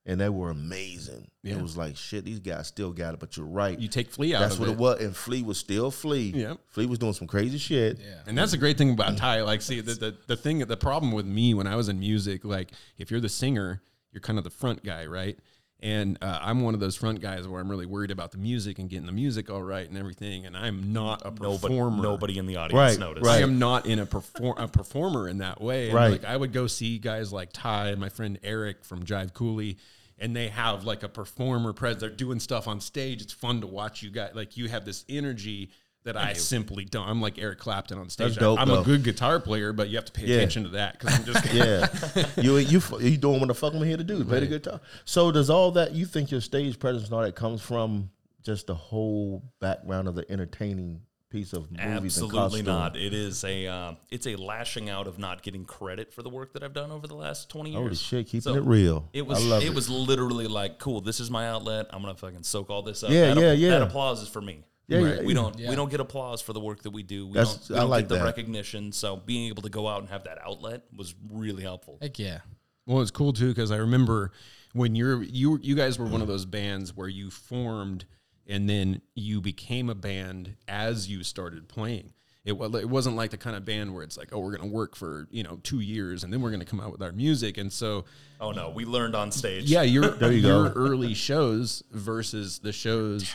Speaker 2: and they were amazing.
Speaker 3: Yeah.
Speaker 2: It was like shit. These guys still got it, but you're right.
Speaker 3: You take Flea out.
Speaker 2: that's
Speaker 3: of
Speaker 2: what
Speaker 3: it.
Speaker 2: it. was. And Flea was still Flea.
Speaker 3: Yeah.
Speaker 2: Flea was doing some crazy shit. Yeah.
Speaker 3: And that's the great thing about Ty. Like, see, the, the, the thing, the problem with me when I was in music, like, if you're the singer, you're kind of the front guy, right? And uh, I'm one of those front guys where I'm really worried about the music and getting the music all right and everything. And I'm not a
Speaker 5: Nobody,
Speaker 3: performer.
Speaker 5: nobody in the audience
Speaker 2: Right,
Speaker 5: noticed.
Speaker 2: right.
Speaker 3: I am not in a perform a performer in that way. And,
Speaker 2: Right.
Speaker 3: Like I would go see guys like Ty and my friend Eric from Jive Cooley, and they have like a performer pres. They're doing stuff on stage. It's fun to watch you guys. Like you have this energy that I simply don't. I'm like Eric Clapton on stage.
Speaker 2: That's dope,
Speaker 3: I, am
Speaker 2: though.
Speaker 3: a good guitar player, but you have to pay
Speaker 2: Yeah.
Speaker 3: attention to that because I'm just
Speaker 2: you you fu- you doing what the fuck I'm here to do? Play the guitar. So does all that you think your stage presence and all that comes from just the whole background of the entertaining piece of movies and
Speaker 5: Absolutely
Speaker 2: costume?
Speaker 5: not. It is a uh, it's a lashing out of not getting credit for the work that I've done over the last twenty years.
Speaker 2: Holy shit, keeping
Speaker 5: So,
Speaker 2: it real.
Speaker 5: It was
Speaker 2: I love
Speaker 5: it,
Speaker 2: it.
Speaker 5: was literally like, cool. This is my outlet. I'm gonna fucking soak all this up.
Speaker 2: Yeah,
Speaker 5: that
Speaker 2: yeah,
Speaker 5: app-
Speaker 2: yeah.
Speaker 5: That applause is for me.
Speaker 2: Yeah, yeah,
Speaker 5: We
Speaker 2: yeah.
Speaker 5: don't we don't get applause for the work that we do. We
Speaker 2: That's-
Speaker 5: don't, we
Speaker 2: I
Speaker 5: don't
Speaker 2: like
Speaker 5: get the
Speaker 2: that.
Speaker 5: recognition. So being able to go out and have that outlet was really helpful.
Speaker 1: Heck yeah.
Speaker 3: Well, it's cool too because I remember when you're you you guys were one of those bands where you formed and then you became a band as you started playing. It, wa- it wasn't like the kind of band where it's like, oh, we're going to work for you know two years and then we're going to come out with our music. And so,
Speaker 5: Oh no, we learned on stage.
Speaker 3: yeah, your
Speaker 2: you go.
Speaker 3: your early shows versus the shows.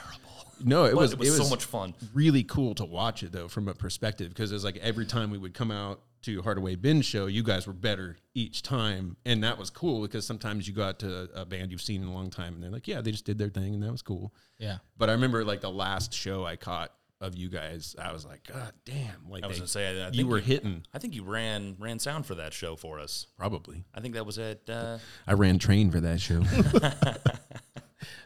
Speaker 3: No, it
Speaker 5: But
Speaker 3: was,
Speaker 5: it was so much fun.
Speaker 3: Really cool to watch it though from a perspective because it was like every time we would come out to Hardaway Ben's show, you guys were better each time, and that was cool because sometimes you got to a band you've seen in a long time, and they're like, yeah, they just did their thing, and that was cool.
Speaker 1: Yeah.
Speaker 3: But I remember like the last show I caught of you guys, I was like, God damn! Like
Speaker 5: I was
Speaker 3: they-
Speaker 5: gonna say, I- I
Speaker 3: you
Speaker 5: think
Speaker 3: were
Speaker 5: you-
Speaker 3: hitting
Speaker 5: I think you ran ran sound for that show for us.
Speaker 3: probably.
Speaker 5: I think that was at uh,
Speaker 3: I ran train for that show.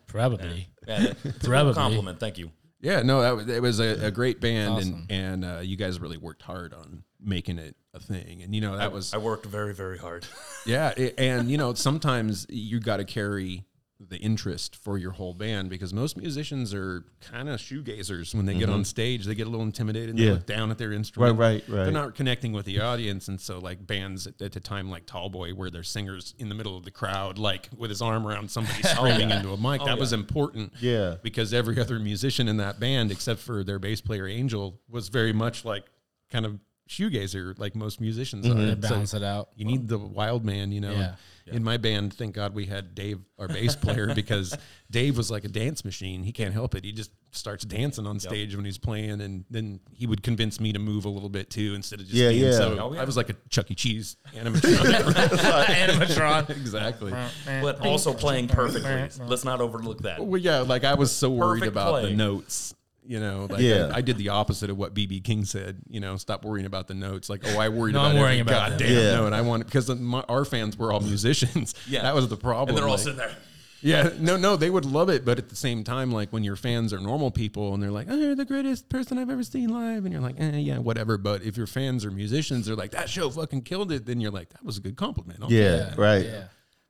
Speaker 1: Probably.
Speaker 5: yeah, that-
Speaker 1: Probably.
Speaker 5: compliment. Thank you.
Speaker 3: yeah, no, that was, it was a, a great band, and and uh, you guys really worked hard on making it a thing. And you know that was
Speaker 5: I worked very very hard.
Speaker 3: Yeah, it, and you know sometimes you got to carry the interest for your whole band because most musicians are kind of shoegazers when they get on stage. They get a little intimidated. and They
Speaker 2: Mm-hmm. Yeah.
Speaker 3: look down at their instrument.
Speaker 2: right, right.
Speaker 3: They're not connecting with the audience, and so like bands at, at the time like Tallboy, where their singers in the middle of the crowd, like with his arm around somebody screaming into a mic, that was important.
Speaker 2: Oh, Yeah.
Speaker 3: because every other musician in that band, except for their bass player Angel, was very much like kind of shoegazer, like most musicians are.
Speaker 2: Mm-hmm.
Speaker 1: They
Speaker 3: And so-
Speaker 1: balance it out.
Speaker 3: you need the wild man, you know.
Speaker 1: Yeah.
Speaker 3: In my band, thank God we had Dave, our bass player, because Dave was like a dance machine. He can't help it. He just starts dancing on stage when he's playing, and then he would convince me to move a little bit too instead of just
Speaker 2: Yeah,
Speaker 3: being
Speaker 2: yeah.
Speaker 3: So
Speaker 5: Oh, yeah.
Speaker 3: I was like a Chuck E. Cheese animatronic.
Speaker 1: Animatron.
Speaker 3: exactly.
Speaker 5: but also playing perfectly. Let's not overlook that.
Speaker 3: Well, yeah, like I was so worried
Speaker 5: Perfect
Speaker 3: about
Speaker 5: play.
Speaker 3: the notes. You know, like
Speaker 2: Yeah.
Speaker 3: I, I did the opposite of what BB King said. You know, stop worrying about the notes. Like, oh, I worried
Speaker 1: No,
Speaker 3: about
Speaker 1: I'm worrying
Speaker 3: every
Speaker 1: about them.
Speaker 3: goddamn
Speaker 2: Yeah.
Speaker 3: note. I want because my, our fans were all musicians.
Speaker 5: Yeah.
Speaker 3: that was the problem.
Speaker 5: And they're all
Speaker 3: like-
Speaker 5: sitting there.
Speaker 3: Yeah, no, no, they would love it, but at the same time, like when your fans are normal people and they're like, "Oh, you're the greatest person I've ever seen live," and you're like, eh, "Yeah, whatever." But if your fans are musicians, they're like, "That show fucking killed it," then you're like, "That was a good compliment." I'll
Speaker 2: Yeah,
Speaker 3: take that."
Speaker 2: right.
Speaker 1: Yeah.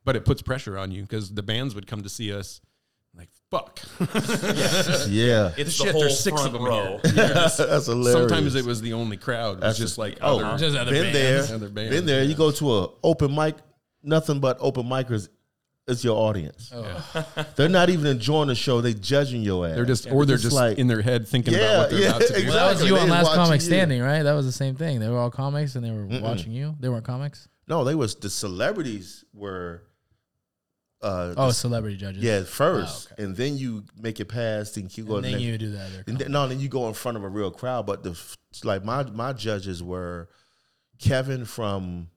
Speaker 3: But it puts pressure on you because the bands would come to see us, like, "Fuck."
Speaker 2: Yeah.
Speaker 5: It's
Speaker 3: Shit,
Speaker 5: the whole
Speaker 3: there's six
Speaker 5: front
Speaker 3: of them
Speaker 5: row.
Speaker 2: That's hilarious.
Speaker 3: Sometimes it was the only crowd. It was
Speaker 2: That's
Speaker 3: just like,
Speaker 2: oh,
Speaker 3: other-
Speaker 1: Just other
Speaker 2: been
Speaker 1: bands.
Speaker 2: there,
Speaker 3: Other bands,
Speaker 2: been there.
Speaker 3: yeah.
Speaker 2: You go to a open mic, nothing but open micers. It's your audience. they're not even enjoying the show; they judging your ass.
Speaker 3: Oh. they're just, or they're
Speaker 2: Just
Speaker 3: just,
Speaker 2: like-
Speaker 3: in their head thinking
Speaker 2: Yeah,
Speaker 3: about what they're
Speaker 2: yeah,
Speaker 3: about to do.
Speaker 2: exactly.
Speaker 1: Well, that was you
Speaker 2: They
Speaker 1: on
Speaker 2: was
Speaker 1: Last
Speaker 2: watching
Speaker 1: Comic
Speaker 2: you.
Speaker 1: Standing, right? That was the same thing. They were all comics and they were watching you. They weren't comics.
Speaker 2: no. They was the celebrities were. Uh,
Speaker 1: Oh, celebrity judges.
Speaker 2: yeah, first,
Speaker 1: Oh, okay.
Speaker 2: and then you make it past, and you go.
Speaker 1: And
Speaker 2: to the
Speaker 1: then
Speaker 2: next-
Speaker 1: you do that. other
Speaker 2: And
Speaker 1: comic.
Speaker 2: then, no, then you go in front of a real crowd. But the f- like my my judges were Kevin from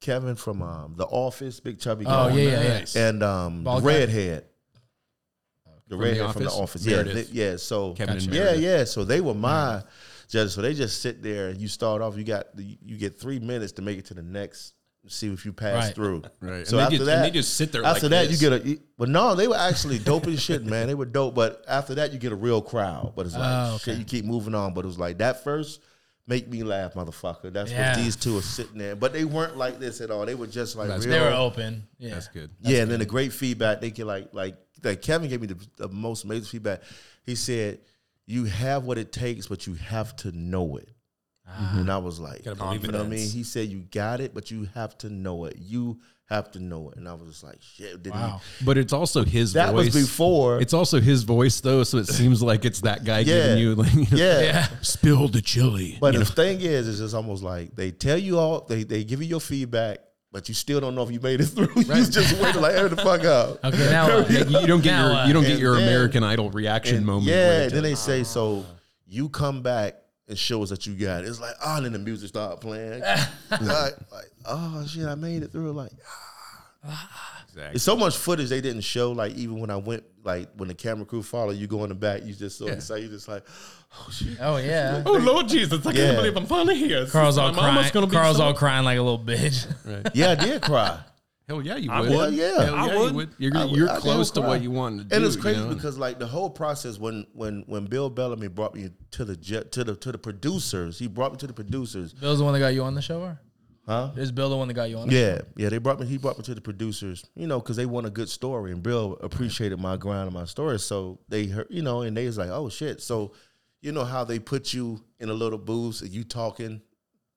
Speaker 2: Kevin from um, The Office, Big Chubby.
Speaker 1: Oh
Speaker 2: guy.
Speaker 1: yeah, yeah, yeah.
Speaker 3: nice.
Speaker 2: and um, the
Speaker 1: Bald guy?
Speaker 2: redhead. The
Speaker 3: the
Speaker 2: redhead from the
Speaker 3: Office?
Speaker 2: office, yeah,
Speaker 3: Meredith.
Speaker 2: they- yeah. So
Speaker 3: Kevin and
Speaker 2: yeah,
Speaker 3: Meredith. Mm-hmm.
Speaker 2: yeah. So they were my judges. So they just sit there. and You start off. You got the, you get three minutes to make it to the next. See if you pass
Speaker 1: Right.
Speaker 2: through.
Speaker 3: Right.
Speaker 2: So
Speaker 3: And they
Speaker 2: after
Speaker 3: just-
Speaker 2: that,
Speaker 3: and they just sit there
Speaker 2: After
Speaker 3: like
Speaker 2: that,
Speaker 3: this.
Speaker 2: you get a. you- But no, they were actually dope as shit, man. They were dope. But after that, you get a real crowd. But it's like
Speaker 1: Oh,
Speaker 2: shit. You keep moving on. But it was like that first. Make me laugh, motherfucker. That's
Speaker 1: Yeah.
Speaker 2: what these two are sitting there. But they weren't like this at all. They were just like real
Speaker 1: They were open. Yeah.
Speaker 3: That's good.
Speaker 2: yeah, and then the great feedback they get like like like Kevin gave me the, the most amazing feedback. He said, "You have what it takes, but you have to know it." And I was like, "You
Speaker 3: Ah. Gotta believe
Speaker 2: know what I mean?"
Speaker 5: Confidence.
Speaker 2: He said, "You got it, but you have to know it. You have to know it." And I was just like, "Shit!" Didn't
Speaker 1: Wow.
Speaker 3: But it's also his
Speaker 2: That was
Speaker 3: voice.
Speaker 2: before-
Speaker 3: It's also his voice though, so it seems like it's that guy giving you like you
Speaker 2: he?
Speaker 3: know,
Speaker 2: Yeah.
Speaker 1: Yeah.
Speaker 3: spill the chili.
Speaker 2: But the thing is, is it's almost like they tell you all, they they give you your feedback, but you still don't know if you made it through. you just waiting like, "Air the fuck out."
Speaker 1: Okay. Now what?
Speaker 3: you don't get
Speaker 1: Now
Speaker 3: your
Speaker 1: what?
Speaker 3: you don't get
Speaker 2: And
Speaker 3: your
Speaker 2: then-
Speaker 3: American Idol reaction
Speaker 2: And
Speaker 3: moment. where
Speaker 2: Yeah,
Speaker 3: it's
Speaker 2: then
Speaker 3: like,
Speaker 2: they say so. You come back and show us that you got it. It's like oh, and then the music start playing. like, like, oh shit, I made it through. Like
Speaker 3: exactly.
Speaker 2: it's so much footage they didn't show. Like even when I went, like when the camera crew followed you go in the back, you just so excited. You just like oh shit.
Speaker 1: Oh yeah.
Speaker 3: Oh Lord Jesus! I
Speaker 2: Yeah.
Speaker 3: can't believe I'm finally here. This
Speaker 1: Carl's
Speaker 3: is-
Speaker 1: all
Speaker 3: I'm
Speaker 1: crying.
Speaker 3: almost gonna be
Speaker 1: Carl's
Speaker 3: so-
Speaker 1: all crying like a little bitch.
Speaker 2: Yeah, I did cry.
Speaker 3: Hell yeah, you
Speaker 5: I
Speaker 3: would.
Speaker 2: would. Yeah.
Speaker 3: Hell
Speaker 5: I
Speaker 3: yeah,
Speaker 5: would.
Speaker 3: You would. You're,
Speaker 2: I-
Speaker 3: you're
Speaker 2: I damn
Speaker 3: close to
Speaker 2: cried.
Speaker 3: what you wanted to do.
Speaker 2: and it's crazy
Speaker 3: you know?
Speaker 2: because like the whole process when when when Bill Bellamy brought me to the jet to the to the producers, he brought me to the producers.
Speaker 1: Bill's the one that got you on the show, or?
Speaker 2: Huh?
Speaker 1: Is Bill the one that got you on? The
Speaker 2: Yeah, yeah. They brought me. He brought me to the producers, you know, because they want a good story, and Bill appreciated my grind and my story. So they heard, you know, and they was like, "Oh shit!" So, you know how they put you in a little booth and you talking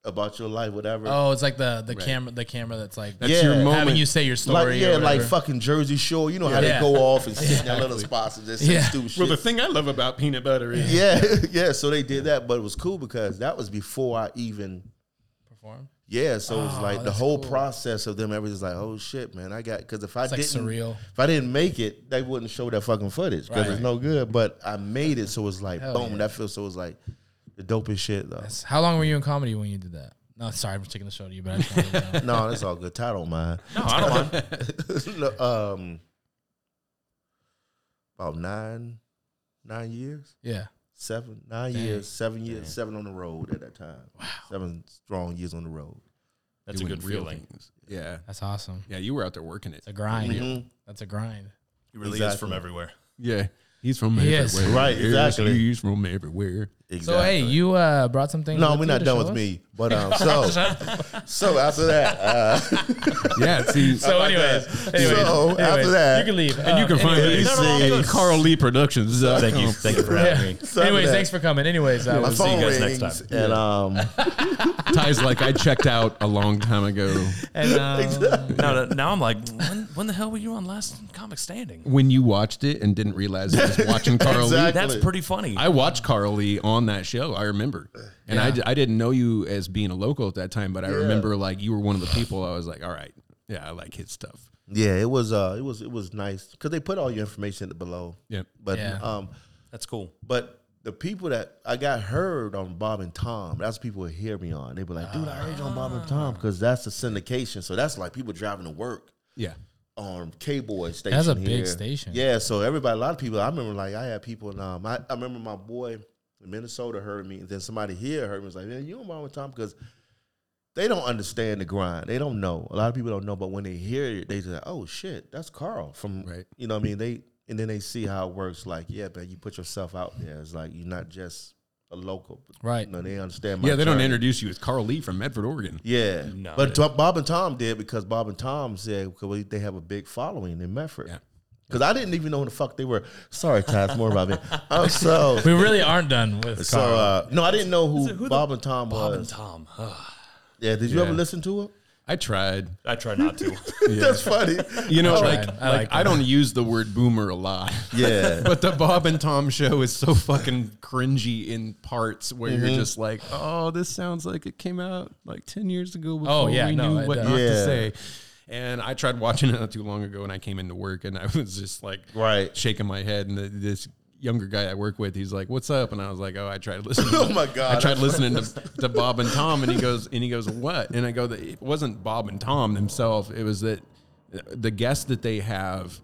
Speaker 2: about your life, whatever.
Speaker 1: Oh, it's like the the camera the camera that's like
Speaker 3: That's your
Speaker 2: Yeah.
Speaker 3: moment.
Speaker 1: having you say your
Speaker 2: like
Speaker 1: story.
Speaker 2: yeah,
Speaker 1: or
Speaker 2: like
Speaker 1: whatever.
Speaker 2: fucking Jersey Shore. You know how
Speaker 1: Yeah.
Speaker 2: they go off and sit in their little spots and just say
Speaker 1: Yeah.
Speaker 2: stupid shit.
Speaker 3: well, the thing I love about peanut butter is
Speaker 2: yeah, yeah. So they did that, but it was cool because that was before I even
Speaker 1: Perform.
Speaker 2: Yeah, so it's like the
Speaker 1: Oh, that's
Speaker 2: whole
Speaker 1: cool.
Speaker 2: process of them. Everything's like, oh shit, man, I got because if I
Speaker 1: like
Speaker 2: didn't,
Speaker 1: surreal.
Speaker 2: if I didn't make it, they wouldn't show that fucking footage because
Speaker 1: Right.
Speaker 2: it's no good. But I made it, so it's like,
Speaker 1: Hell
Speaker 2: boom,
Speaker 1: yeah.
Speaker 2: that feels so it's like the dopest shit though.
Speaker 1: How long were you in comedy when you did that? No, sorry, I'm taking the show to you, but I just wanted to know.
Speaker 2: no, that's all good. I don't mind.
Speaker 5: No, I don't mind.
Speaker 2: No, um, about nine, nine years,
Speaker 1: yeah.
Speaker 2: seven, nine years, seven years, seven on the road at that time. Wow. Seven strong years on the road.
Speaker 5: That's a
Speaker 3: doing
Speaker 5: good
Speaker 3: real
Speaker 5: feeling.
Speaker 3: things. Yeah.
Speaker 1: That's awesome.
Speaker 3: Yeah, you were out there working it.
Speaker 1: It's a grind.
Speaker 2: Mhm.
Speaker 1: That's a grind.
Speaker 5: He really is
Speaker 2: Exactly.
Speaker 5: from everywhere.
Speaker 3: Yeah. He's from
Speaker 1: He
Speaker 3: everywhere.
Speaker 1: is.
Speaker 2: Right,
Speaker 3: Yes,
Speaker 2: exactly.
Speaker 3: He's from everywhere.
Speaker 2: Exactly.
Speaker 1: So hey, you uh, brought something.
Speaker 2: No,
Speaker 1: with
Speaker 2: we're
Speaker 1: you
Speaker 2: not
Speaker 1: to
Speaker 2: done
Speaker 1: show
Speaker 2: with
Speaker 1: us?
Speaker 2: me. But um, so so after that, uh,
Speaker 3: Yeah, see,
Speaker 1: So,
Speaker 2: my
Speaker 1: anyways,
Speaker 2: God.
Speaker 1: anyways,
Speaker 2: So, after
Speaker 1: anyways,
Speaker 2: that-
Speaker 1: you can leave,
Speaker 3: and you can find
Speaker 2: anyway,
Speaker 3: me
Speaker 2: no, no,
Speaker 3: at
Speaker 2: I'm good.
Speaker 3: Carl Lee Productions.
Speaker 5: Thank you. Thank you for
Speaker 1: Uh,
Speaker 5: having me.
Speaker 2: so after
Speaker 1: anyways,
Speaker 2: that,
Speaker 1: thanks for coming. Anyways, I
Speaker 2: my
Speaker 1: was
Speaker 2: phone
Speaker 5: you guys
Speaker 2: rings
Speaker 5: next time.
Speaker 2: and um,
Speaker 3: Ties like I checked out a long time ago
Speaker 1: and, um,
Speaker 5: Now, that- now I'm like, when, when the hell were you on Last Comic Standing?
Speaker 3: when you watched it and didn't realize I was watching Carl Lee.
Speaker 2: Exactly.
Speaker 5: That's pretty funny.
Speaker 3: I watched Carl Lee on that show. I remember, and I d- I didn't know you as being a local at that time, but I remember like you were one of the people. I was like, all right, yeah, I like his stuff.
Speaker 2: yeah, it was uh, it was it was nice because they put all your information below.
Speaker 3: Yep.
Speaker 2: But
Speaker 1: Yeah.
Speaker 2: um,
Speaker 5: That's cool.
Speaker 2: But the people that I got heard on Bob and Tom, that's what people would hear me on. They were like, dude, I heard you on Bob and Tom because that's the syndication. So that's like people driving to work
Speaker 3: Yeah.
Speaker 2: on K Boy um, station.
Speaker 1: That's a big
Speaker 2: here.
Speaker 1: station.
Speaker 2: Yeah, so everybody, a lot of people. I remember like I had people. in um, I, I remember my boy in Minnesota heard me, and then somebody here heard me. Was like, man, you on Bob and Tom because they don't understand the grind. They don't know. A lot of people don't know, but when they hear it, they just like, oh shit, that's Carl from
Speaker 3: Right.
Speaker 2: you know what I mean? They and then they see how it works, like, yeah, man, you put yourself out there. It's like you're not just a local. But,
Speaker 1: Right.
Speaker 2: You know, they understand my
Speaker 3: Yeah, they don't
Speaker 2: journey.
Speaker 3: introduce you as Carl Lee from Medford, Oregon.
Speaker 2: Yeah,
Speaker 5: No.
Speaker 2: but Tom- Bob and Tom did because Bob and Tom said because we- they have a big following in Medford.
Speaker 3: Yeah.
Speaker 2: Because I didn't even know who the fuck they were. Sorry, Ty, it's more about me. I'm so
Speaker 1: we really aren't done with
Speaker 2: so.
Speaker 1: Carl.
Speaker 2: Uh, no, I didn't know who,
Speaker 5: who the-
Speaker 2: Bob and Tom
Speaker 5: Bob and
Speaker 2: was.
Speaker 5: Tom.
Speaker 2: Yeah, did you
Speaker 3: Yeah.
Speaker 2: ever listen to it?
Speaker 3: I tried.
Speaker 5: I try not to.
Speaker 2: That's funny.
Speaker 3: You know,
Speaker 1: I
Speaker 3: like,
Speaker 1: tried.
Speaker 3: like,
Speaker 1: I
Speaker 3: I,
Speaker 1: like
Speaker 3: don't use the word boomer a lot.
Speaker 2: Yeah.
Speaker 3: But the Bob and Tom show is so fucking cringy in parts where
Speaker 2: Mm-hmm.
Speaker 3: you're just like, oh, this sounds like it came out like 10 years ago before
Speaker 1: Oh, yeah,
Speaker 3: we
Speaker 1: no,
Speaker 3: knew
Speaker 1: it
Speaker 3: what
Speaker 1: does.
Speaker 3: not to
Speaker 2: Yeah.
Speaker 3: say. And I tried watching it not too long ago and I came into work and I was just like
Speaker 2: Right.
Speaker 3: shaking my head. And the, this younger guy I work with, he's like, what's up? And I was like, oh, I tried listening.
Speaker 2: Oh
Speaker 3: to-
Speaker 2: my God,
Speaker 3: I tried
Speaker 2: that's
Speaker 3: listening to, to Bob and Tom, and he goes, and he goes, what? And I go, that it wasn't Bob and Tom themselves. It was that the guests that they have,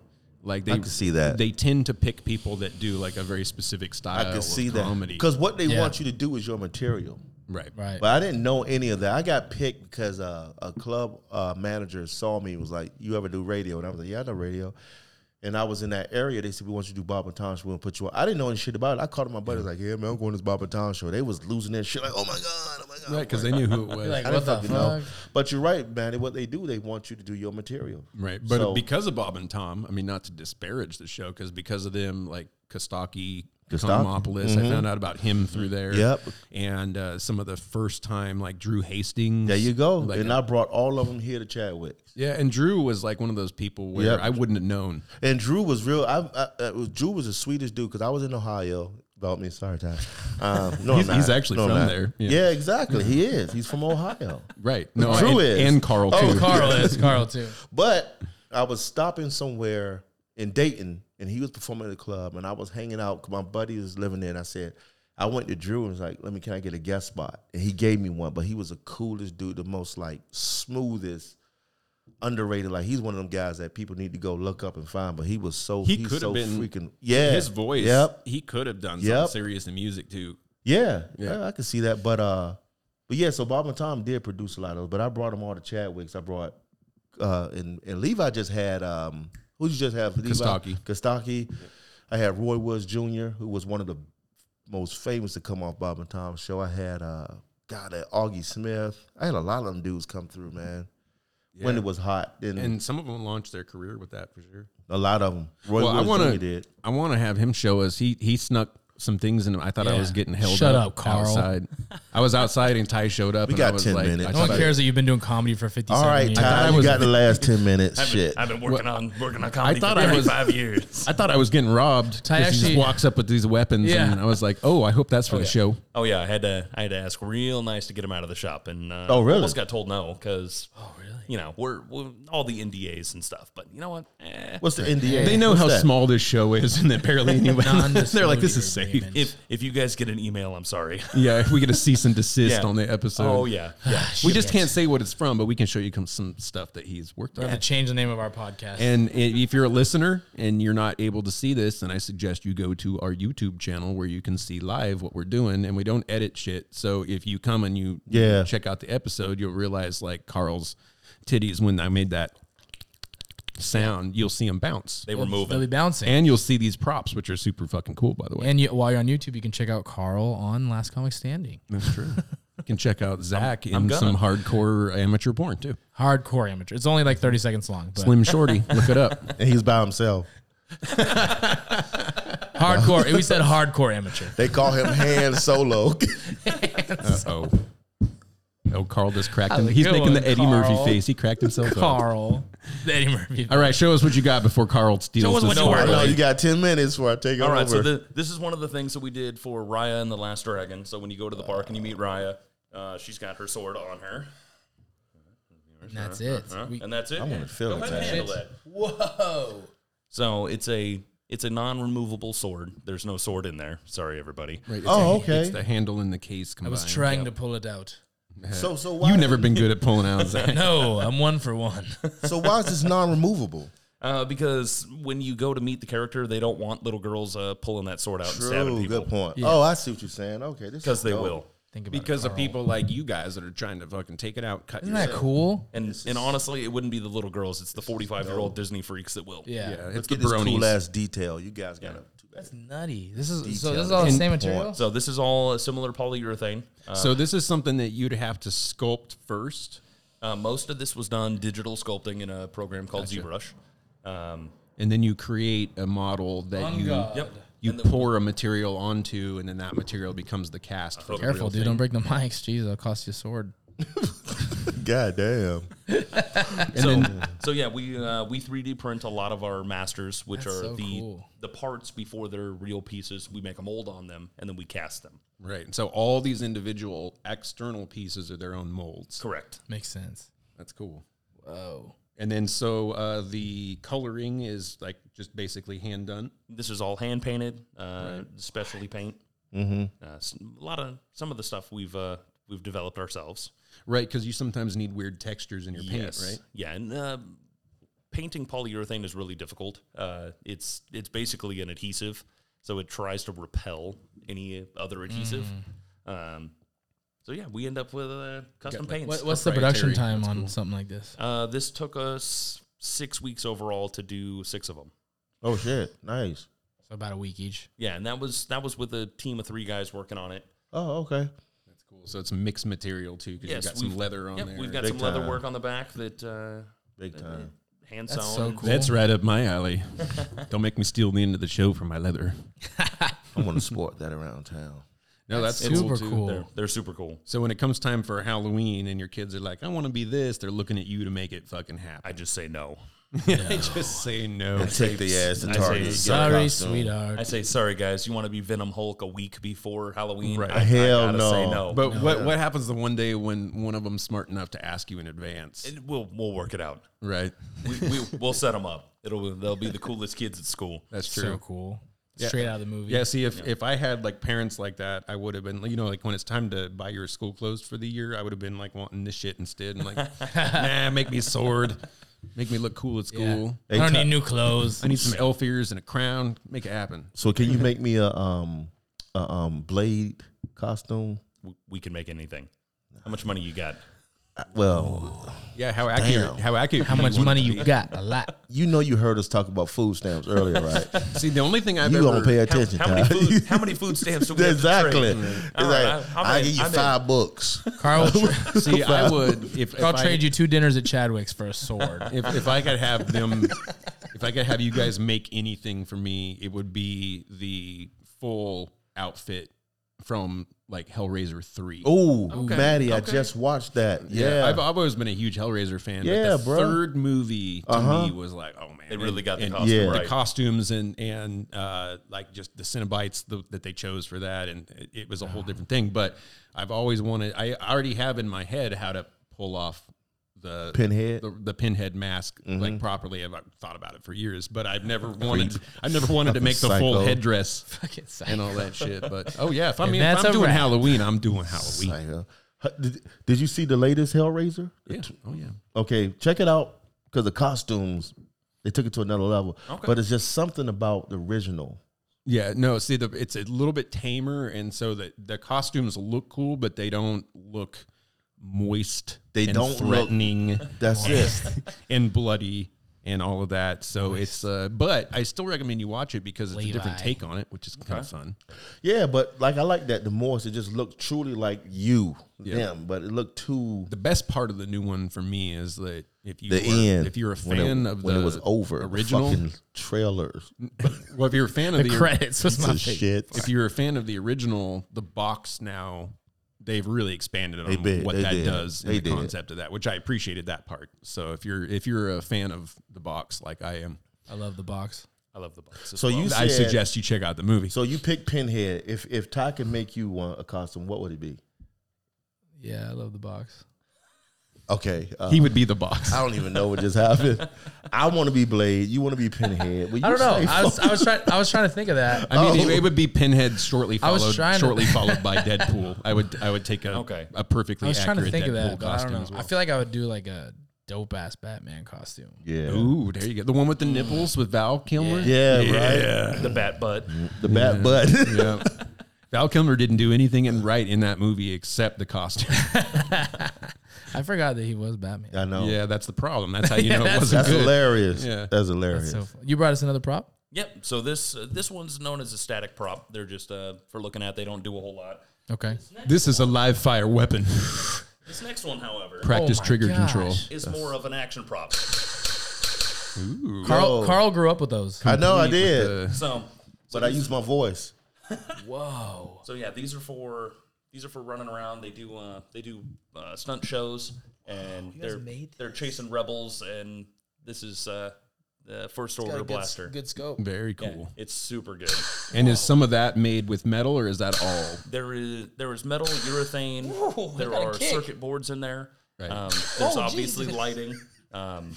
Speaker 3: like they
Speaker 2: I can see that.
Speaker 3: they tend to pick people that do like a very specific style.
Speaker 2: I could see
Speaker 3: of
Speaker 2: that
Speaker 3: Uh, comedy.
Speaker 2: because what they
Speaker 1: Yeah.
Speaker 2: want you to do is your material.
Speaker 3: right,
Speaker 1: right.
Speaker 2: But I didn't know any of that. I got picked because uh, a club uh, manager saw me and was like, You ever do radio? And I was like, Yeah, I know radio. And I was in that area. They said, We want you to do Bob and Tom show. We'll put you on. I didn't know any shit about it. I called my buddies, like, Yeah, man, I'm going to this Bob and Tom show. They was losing their shit, like, Oh my God, oh my God.
Speaker 3: right, because they knew who it was.
Speaker 1: like,
Speaker 2: I
Speaker 1: what
Speaker 2: didn't
Speaker 1: the
Speaker 2: fucking know.
Speaker 1: fuck?
Speaker 2: But you're right, man. What they do, they want you to do your material.
Speaker 3: Right, but
Speaker 2: So-
Speaker 3: because of Bob and Tom, I mean, not to disparage the show, because because of them, like
Speaker 2: Kostaki.
Speaker 3: Kostaki,
Speaker 2: Mm-hmm.
Speaker 3: Komopoulos, I found out about him through there.
Speaker 2: Yep.
Speaker 3: and uh, some of the first time, like Drew Hastings.
Speaker 2: There you go.
Speaker 3: Like,
Speaker 2: and I brought all of them here to Chadwick.
Speaker 3: yeah, and Drew was like one of those people where
Speaker 2: Yep.
Speaker 3: I wouldn't have known.
Speaker 2: And Drew was real. I, I, I was- Drew was the sweetest dude because I was in Ohio. About me, sorry, Ty. Um, no, I'm
Speaker 3: He's-
Speaker 2: not.
Speaker 3: he's actually
Speaker 2: No, I'm
Speaker 3: from
Speaker 2: not.
Speaker 3: there.
Speaker 2: Yeah,
Speaker 3: Yeah.
Speaker 2: exactly. He is. He's from Ohio.
Speaker 3: Right? No,
Speaker 2: Drew
Speaker 3: and,
Speaker 2: is.
Speaker 3: and Carl
Speaker 2: Oh,
Speaker 3: too.
Speaker 1: Carl is Carl too.
Speaker 2: But I was stopping somewhere in Dayton, and he was performing at a club, and I was hanging out 'cause my buddy was living there. And I said, I went to Drew and was like, "Let me, can I get a guest spot?" And he gave me one, but he was the coolest dude, the most like smoothest, underrated. Like he's one of them guys that people need to go look up and find. But he was so
Speaker 3: He
Speaker 2: he's
Speaker 3: could have
Speaker 2: so
Speaker 3: been-
Speaker 2: freaking yeah
Speaker 3: His voice.
Speaker 2: Yep,
Speaker 3: He could have done
Speaker 2: Yep.
Speaker 3: something serious in music too.
Speaker 2: Yeah,
Speaker 3: Yeah.
Speaker 2: yeah, I, could see that. But uh, but yeah, so Bob and Tom did produce a lot of those. But I brought them all to Chadwick's. I brought uh, and and Levi just had um, who you just have Levi?
Speaker 3: Kostaki.
Speaker 2: Kostaki. I had Roy Woods Jr., who was one of the most famous to come off Bob and Tom's show. I had uh, God, uh, Augie Smith. I had a lot of them dudes come through, man. When it was hot, and,
Speaker 3: And some of them launched their career with that for sure.
Speaker 2: a lot of them. Roy
Speaker 3: well, I
Speaker 2: Woods
Speaker 3: want
Speaker 2: Jr.
Speaker 3: to.
Speaker 2: did.
Speaker 3: I want to have him show us. He he snuck some things in. him. I thought I
Speaker 1: Yeah.
Speaker 3: was getting held
Speaker 1: Shut
Speaker 3: up,
Speaker 1: up, Carl.
Speaker 3: outside. I was outside and Ty showed up.
Speaker 2: We
Speaker 3: and
Speaker 2: got
Speaker 3: I was
Speaker 2: 10
Speaker 3: like,
Speaker 2: minutes.
Speaker 3: I
Speaker 2: No
Speaker 1: No
Speaker 3: thought-
Speaker 1: one cares that you've been doing comedy for fifty-seven
Speaker 2: All right,
Speaker 1: years.
Speaker 3: thought I
Speaker 2: Ty, you
Speaker 3: was-
Speaker 2: got the last ten minutes.
Speaker 5: I've been,
Speaker 2: Shit,
Speaker 5: I've been working on working on comedy
Speaker 3: thought
Speaker 5: for
Speaker 3: I was-
Speaker 5: 35 years.
Speaker 3: I thought I was getting robbed.
Speaker 1: Ty
Speaker 3: 'cause he
Speaker 1: actually-
Speaker 3: just walks up with these weapons,
Speaker 1: Yeah.
Speaker 3: and I was like, "Oh, I hope that's for the show."
Speaker 5: Oh yeah, I had to I had to ask real nice to get him out of the shop, and uh,
Speaker 2: Oh, really?
Speaker 5: Almost got told no because oh really? You know we're, we're all the NDAs and stuff, but you know what? Eh.
Speaker 2: what's the NDA?
Speaker 3: They know
Speaker 2: What's
Speaker 3: how
Speaker 2: that?
Speaker 3: small this show is, and that barely anybody. They're like, "This
Speaker 1: Non-disclosure
Speaker 3: is
Speaker 1: agreement.
Speaker 5: If if you guys get an email, I'm sorry.
Speaker 3: Yeah, if we get a cease and desist
Speaker 5: Yeah.
Speaker 3: on the episode.
Speaker 5: Oh yeah, yeah.
Speaker 3: We just can't say what it's from, but we can show you com- some stuff that he's worked on.
Speaker 1: We're gonna change the name of our podcast.
Speaker 3: And i- if you're a listener and you're not able to see this, then I suggest you go to our YouTube channel where you can see live what we're doing, and we don't edit shit. So if you come and you
Speaker 2: Yeah.
Speaker 3: check out the episode, you'll realize like Carl's titties when I made that sound, you'll see them bounce,
Speaker 5: They were
Speaker 1: They'll be
Speaker 5: moving.
Speaker 1: bouncing. And,
Speaker 3: and you'll see these props, which are super fucking cool, by the way.
Speaker 1: you, while you're on YouTube, you can check out Carl on Last Comic Standing.
Speaker 3: That's true. You can check out Zach in
Speaker 5: I'm gonna.
Speaker 3: some hardcore amateur porn too.
Speaker 1: Hardcore amateur. It's only like 30 seconds long, but
Speaker 3: Slim Shorty, look it up.
Speaker 2: And he's by himself.
Speaker 1: hardcore. we said hardcore amateur.
Speaker 2: They call him Han Solo.
Speaker 3: Oh. Oh, Carl just cracked him.
Speaker 1: a
Speaker 3: He's
Speaker 1: good one,
Speaker 3: making the Eddie Murphy
Speaker 1: Carl.
Speaker 3: face. He cracked himself up.
Speaker 1: Carl, Eddie Murphy.
Speaker 3: All right, show us what you got before Carl steals
Speaker 5: Show us
Speaker 3: the
Speaker 5: what you
Speaker 3: spotlight.
Speaker 2: I know
Speaker 5: Really?
Speaker 2: you got ten minutes before I take
Speaker 5: All
Speaker 2: over.
Speaker 5: right, so the, this is one of the things that we did for Raya and the Last Dragon. So when you go to the park and you meet Raya, uh, she's got her sword on her,
Speaker 1: And that's it.
Speaker 3: Uh-huh.
Speaker 5: Huh?
Speaker 1: We-
Speaker 5: and that's it.
Speaker 2: I want to feel
Speaker 5: Go
Speaker 2: it.
Speaker 5: ahead and
Speaker 2: man.
Speaker 5: handle it.
Speaker 1: Whoa.
Speaker 5: So it's a it's a non-removable sword. There's no sword in there. Sorry, everybody.
Speaker 3: Right, it's
Speaker 2: Oh,
Speaker 3: the- It's
Speaker 2: okay.
Speaker 3: the handle in the case
Speaker 1: I
Speaker 3: combined.
Speaker 1: was trying to pull it out.
Speaker 2: So so why
Speaker 3: You've never been good at pulling out, Zach.
Speaker 1: No, I'm one for one.
Speaker 2: so why is this non-removable?
Speaker 5: Uh, because when you go to meet the character, they don't want little girls uh, pulling that sword out and stabbing
Speaker 2: True,
Speaker 5: people
Speaker 2: good point. Oh, I see what you're saying. Okay, this
Speaker 5: because
Speaker 2: is
Speaker 5: they
Speaker 2: dope.
Speaker 5: will.
Speaker 1: Think about
Speaker 3: Because
Speaker 1: it,
Speaker 3: of
Speaker 1: Carl.
Speaker 3: people like you guys that are trying to fucking take it out, cut
Speaker 1: Isn't that cool?
Speaker 5: And and honestly, it wouldldn't be the little girls. It's the 45 year old Disney freaks that will.
Speaker 1: Yeah.
Speaker 3: Yeah, it's
Speaker 2: Let's
Speaker 3: the
Speaker 2: get this
Speaker 3: bronies.
Speaker 2: cool ass detail. You guys got to
Speaker 1: That's nutty. This is so. This is
Speaker 2: Detailed
Speaker 1: all the
Speaker 2: and
Speaker 1: same material.
Speaker 5: So this is all a similar polyurethane. Uh,
Speaker 3: so this is something that you'd have to sculpt first,
Speaker 5: uh, most of this was done digital sculpting in a program called ZBrush. Um,
Speaker 3: and then you create a model that
Speaker 1: On
Speaker 3: you
Speaker 1: God.
Speaker 5: yep.
Speaker 3: you
Speaker 5: And then-
Speaker 3: pour a material onto, and then that material becomes the cast. For the
Speaker 1: Careful,
Speaker 3: real
Speaker 1: dude.
Speaker 3: thing.
Speaker 1: Don't break the mics. Jeez, I'll cost you a sword.
Speaker 2: God damn.
Speaker 5: so, so yeah, we uh, we 3D print a lot of our masters, which
Speaker 1: That's
Speaker 5: are
Speaker 1: so
Speaker 5: the
Speaker 1: cool.
Speaker 5: the parts before they're real pieces. We make a mold on them and then we cast them.
Speaker 3: Right. So all these individual external pieces are their own molds.
Speaker 5: Correct.
Speaker 1: Makes sense.
Speaker 3: That's cool.
Speaker 1: Whoa.
Speaker 3: And then so uh, the coloring is like just basically hand done.
Speaker 5: This is all hand painted, uh, specialty paint. Mm-hmm. Uh, s- a lot of some of the stuff we've uh, we've developed ourselves.
Speaker 3: Right, because you sometimes need weird textures in your paint, right?
Speaker 5: Yeah, and uh, painting polyurethane is really difficult. Uh, it's it's basically an adhesive, so it tries to repel any other adhesive.
Speaker 3: Mm.
Speaker 5: Um, so yeah, we end up with uh, custom paints.
Speaker 1: What, what's the production
Speaker 3: Proprietary.
Speaker 1: time on something like this?
Speaker 5: uh, this took us six weeks overall to do six of them.
Speaker 2: Oh shit. Nice.
Speaker 1: So about a week each.
Speaker 5: Yeah, and that was that was with a team of three guys working on it.
Speaker 2: Oh okay.
Speaker 3: That's cool. So it's mixed material too, because
Speaker 5: Yes,
Speaker 3: you've got some
Speaker 5: we've-
Speaker 3: leather on
Speaker 5: yep,
Speaker 3: there.
Speaker 5: we've got
Speaker 2: Big
Speaker 5: some leather
Speaker 2: time.
Speaker 5: work on the back that uh,
Speaker 2: Big time.
Speaker 5: hand
Speaker 1: That's
Speaker 5: sewn.
Speaker 1: so
Speaker 5: and-
Speaker 1: cool.
Speaker 3: That's right up my alley. Don't make me steal the end of the show for my leather.
Speaker 2: I'm gonna sport that around town.
Speaker 3: No, that's,
Speaker 1: super
Speaker 3: too.
Speaker 1: cool.
Speaker 5: They're, they're super cool.
Speaker 3: So when it comes time for Halloween and your kids are like, "I want to be this," they're looking at you to make it fucking
Speaker 5: I
Speaker 3: happen.
Speaker 5: just say no.
Speaker 3: I just say no.
Speaker 2: And take the ass to
Speaker 5: I say
Speaker 2: Target. get a
Speaker 1: Sorry,
Speaker 2: costume.
Speaker 1: sweetheart.
Speaker 5: I say, sorry guys, you want to be Venom Hulk a week before Halloween?
Speaker 3: Right.
Speaker 5: I, I
Speaker 2: Hell
Speaker 5: gotta
Speaker 2: no.
Speaker 5: Say no.
Speaker 3: But what what happens the one day when one of them's smart enough to ask you in advance,
Speaker 5: It- we'll we'll work it out.
Speaker 3: right?
Speaker 5: We, we we'll set them up. It'll they'll be the coolest kids at school.
Speaker 3: That's true.
Speaker 1: so cool. Straight out of the movie.
Speaker 3: Yeah, see, if, if I had like parents like that, I would have been, you know, like when it's time to buy your school clothes for the year, I would have been like wanting this shit instead and like, nah, make me a sword, make me look cool at
Speaker 1: Yeah.
Speaker 3: school.
Speaker 1: I don't need new clothes.
Speaker 3: I need some elf ears and a crown, make it happen.
Speaker 2: So can you make me a um a um blade costume?
Speaker 5: We, we can make anything. How much money you got? Uh,
Speaker 2: Well,
Speaker 3: Yeah, how accurate?
Speaker 2: Damn.
Speaker 3: How accurate?
Speaker 1: How much money you got? A lot.
Speaker 2: you know you heard us talk about food stamps earlier, right?
Speaker 3: See, the only thing I've
Speaker 2: you
Speaker 3: ever
Speaker 2: don't pay
Speaker 5: How,
Speaker 2: attention.
Speaker 5: how many
Speaker 2: Ty.
Speaker 5: food how many food stamps do we have to trade?
Speaker 2: exactly. It's
Speaker 5: All
Speaker 2: like,
Speaker 5: right, I- I'm
Speaker 2: I
Speaker 5: in,
Speaker 2: give you
Speaker 5: I'm in.
Speaker 2: five books.
Speaker 1: Carl, will tra-
Speaker 3: see, I would if, if
Speaker 1: Carl
Speaker 3: I-
Speaker 1: trade you two dinners at Chadwick's for a sword.
Speaker 3: If, if I could have them, if I could have you guys make anything for me, it would be the full outfit from like Hellraiser three.
Speaker 2: Oh, Maddie, I just watched that. Yeah,
Speaker 3: I've, I've always been a huge Hellraiser fan.
Speaker 2: Yeah,
Speaker 3: but the
Speaker 2: bro. Uh-huh.
Speaker 3: Third movie to me was like, oh man,
Speaker 5: They really
Speaker 3: and-
Speaker 5: got the
Speaker 3: and
Speaker 5: costume
Speaker 2: yeah.
Speaker 5: right.
Speaker 3: the costumes and and uh, like just the Cenobites the, that they chose for that, and it, it was a whole different thing. But I've always wanted. I already have in my head how to pull off the
Speaker 2: Pinhead?
Speaker 3: the, the pinhead mask like properly. I've I've thought about it for years, but I've never wanted I've never wanted to
Speaker 2: Fucking
Speaker 3: make the full
Speaker 2: psycho.
Speaker 3: headdress
Speaker 1: Fucking psycho.
Speaker 3: and all that shit. But oh yeah, if I mean
Speaker 1: that's
Speaker 3: if I'm
Speaker 1: a
Speaker 3: doing
Speaker 1: wrap.
Speaker 3: Halloween, I'm doing Halloween.
Speaker 2: Like, uh, hu- did, did you see the latest Hellraiser?
Speaker 3: Yeah. Oh yeah.
Speaker 2: Okay, check it out because the costumes they took it to another level.
Speaker 5: Okay.
Speaker 2: But it's just something about the original.
Speaker 3: Yeah, no, see the it's a little bit tamer and so the, the costumes look cool, but they don't look moist.
Speaker 2: They
Speaker 3: and
Speaker 2: don't look-
Speaker 3: threatening
Speaker 2: That's it.
Speaker 3: and bloody and all of that. So it's uh but I still recommend you watch it because it's a different
Speaker 1: Levi.
Speaker 3: take on it, which is kind of fun.
Speaker 2: Yeah, but like I like that the more so it just looked truly like you, them, but it looked too
Speaker 3: The best part of the new one for me is that if you
Speaker 2: the
Speaker 3: were,
Speaker 2: end.
Speaker 3: if you're a
Speaker 2: when it-
Speaker 3: fan of the
Speaker 2: when it was over the
Speaker 3: original,
Speaker 2: fucking trailers,
Speaker 3: well, if you're a fan of
Speaker 1: The
Speaker 3: the,
Speaker 1: credits was
Speaker 2: piece
Speaker 1: my
Speaker 2: of
Speaker 1: favorite.
Speaker 2: shit.
Speaker 3: if you're a fan of the original, the box now they've really expanded on
Speaker 2: They did,
Speaker 3: what
Speaker 2: they
Speaker 3: that
Speaker 2: did,
Speaker 3: does and
Speaker 2: they
Speaker 3: the
Speaker 2: did.
Speaker 3: concept of that, which I appreciated that part. So if you're if you're a fan of the box like I am,
Speaker 1: I love the box.
Speaker 5: I love the box.
Speaker 2: So you said,
Speaker 3: I suggest you check out the movie.
Speaker 2: So you pick Pinhead. If if Ty could make you one a costume, what would it be?
Speaker 1: Yeah, I love the box.
Speaker 2: Okay, uh,
Speaker 3: he would be the box.
Speaker 2: I don't even know what just happened. I want to be Blade. You want to be Pinhead. Will you
Speaker 1: I don't know.
Speaker 2: say
Speaker 1: I was, I was trying. I was trying to think of that.
Speaker 3: I mean,
Speaker 2: Oh.
Speaker 3: it, it would be Pinhead shortly
Speaker 1: I was
Speaker 3: followed,
Speaker 1: trying to-
Speaker 3: shortly followed by Deadpool. I would, I would take a
Speaker 5: Okay.
Speaker 3: a perfectly
Speaker 1: I was trying
Speaker 3: accurate
Speaker 1: to think
Speaker 3: Deadpool
Speaker 1: of that, but I
Speaker 3: costume
Speaker 1: don't know.
Speaker 3: as well.
Speaker 1: I feel like I would do like a dope ass Batman costume.
Speaker 2: Yeah.
Speaker 3: Ooh, there you go. The one with the nipples with Val Kilmer.
Speaker 2: Yeah, right.
Speaker 5: the bat butt.
Speaker 3: Mm.
Speaker 2: The bat butt.
Speaker 3: Yeah. Val Kilmer didn't do anything in right in that movie except the costume.
Speaker 1: I forgot that he was Batman.
Speaker 2: I know.
Speaker 3: Yeah, that's the problem. That's how you know it
Speaker 1: that's-
Speaker 3: wasn't
Speaker 2: That's
Speaker 3: good.
Speaker 2: hilarious.
Speaker 3: Yeah.
Speaker 2: That's hilarious.
Speaker 1: So fu- you brought us another prop.
Speaker 5: Yep. So this uh, this one's known as a static prop. They're just uh, for looking at. They don't do a whole lot.
Speaker 1: Okay.
Speaker 3: This is a live fire weapon.
Speaker 2: Oh
Speaker 5: This next one, however,
Speaker 3: Practice
Speaker 1: Oh my
Speaker 3: trigger
Speaker 1: gosh.
Speaker 3: control.
Speaker 5: is more of an action prop.
Speaker 1: Carl
Speaker 2: Yo.
Speaker 1: Carl grew up with those.
Speaker 2: I know Oh, I did,
Speaker 5: So,
Speaker 2: but I used my voice.
Speaker 1: Whoa.
Speaker 5: so yeah, these are for these are for running around. They do uh, they do uh, stunt shows, and they're
Speaker 1: made
Speaker 5: they're chasing rebels, and this is uh, the first order blaster.
Speaker 2: Oh.
Speaker 1: scope.
Speaker 3: Very
Speaker 5: Yeah,
Speaker 3: cool.
Speaker 5: it's super good.
Speaker 3: And is some of that made with metal or is that all?
Speaker 5: There is there is metal urethane. there
Speaker 1: got a
Speaker 5: are
Speaker 1: kick. Oh,
Speaker 5: circuit boards in there.
Speaker 3: Right.
Speaker 5: Um, there's obviously lighting. Um,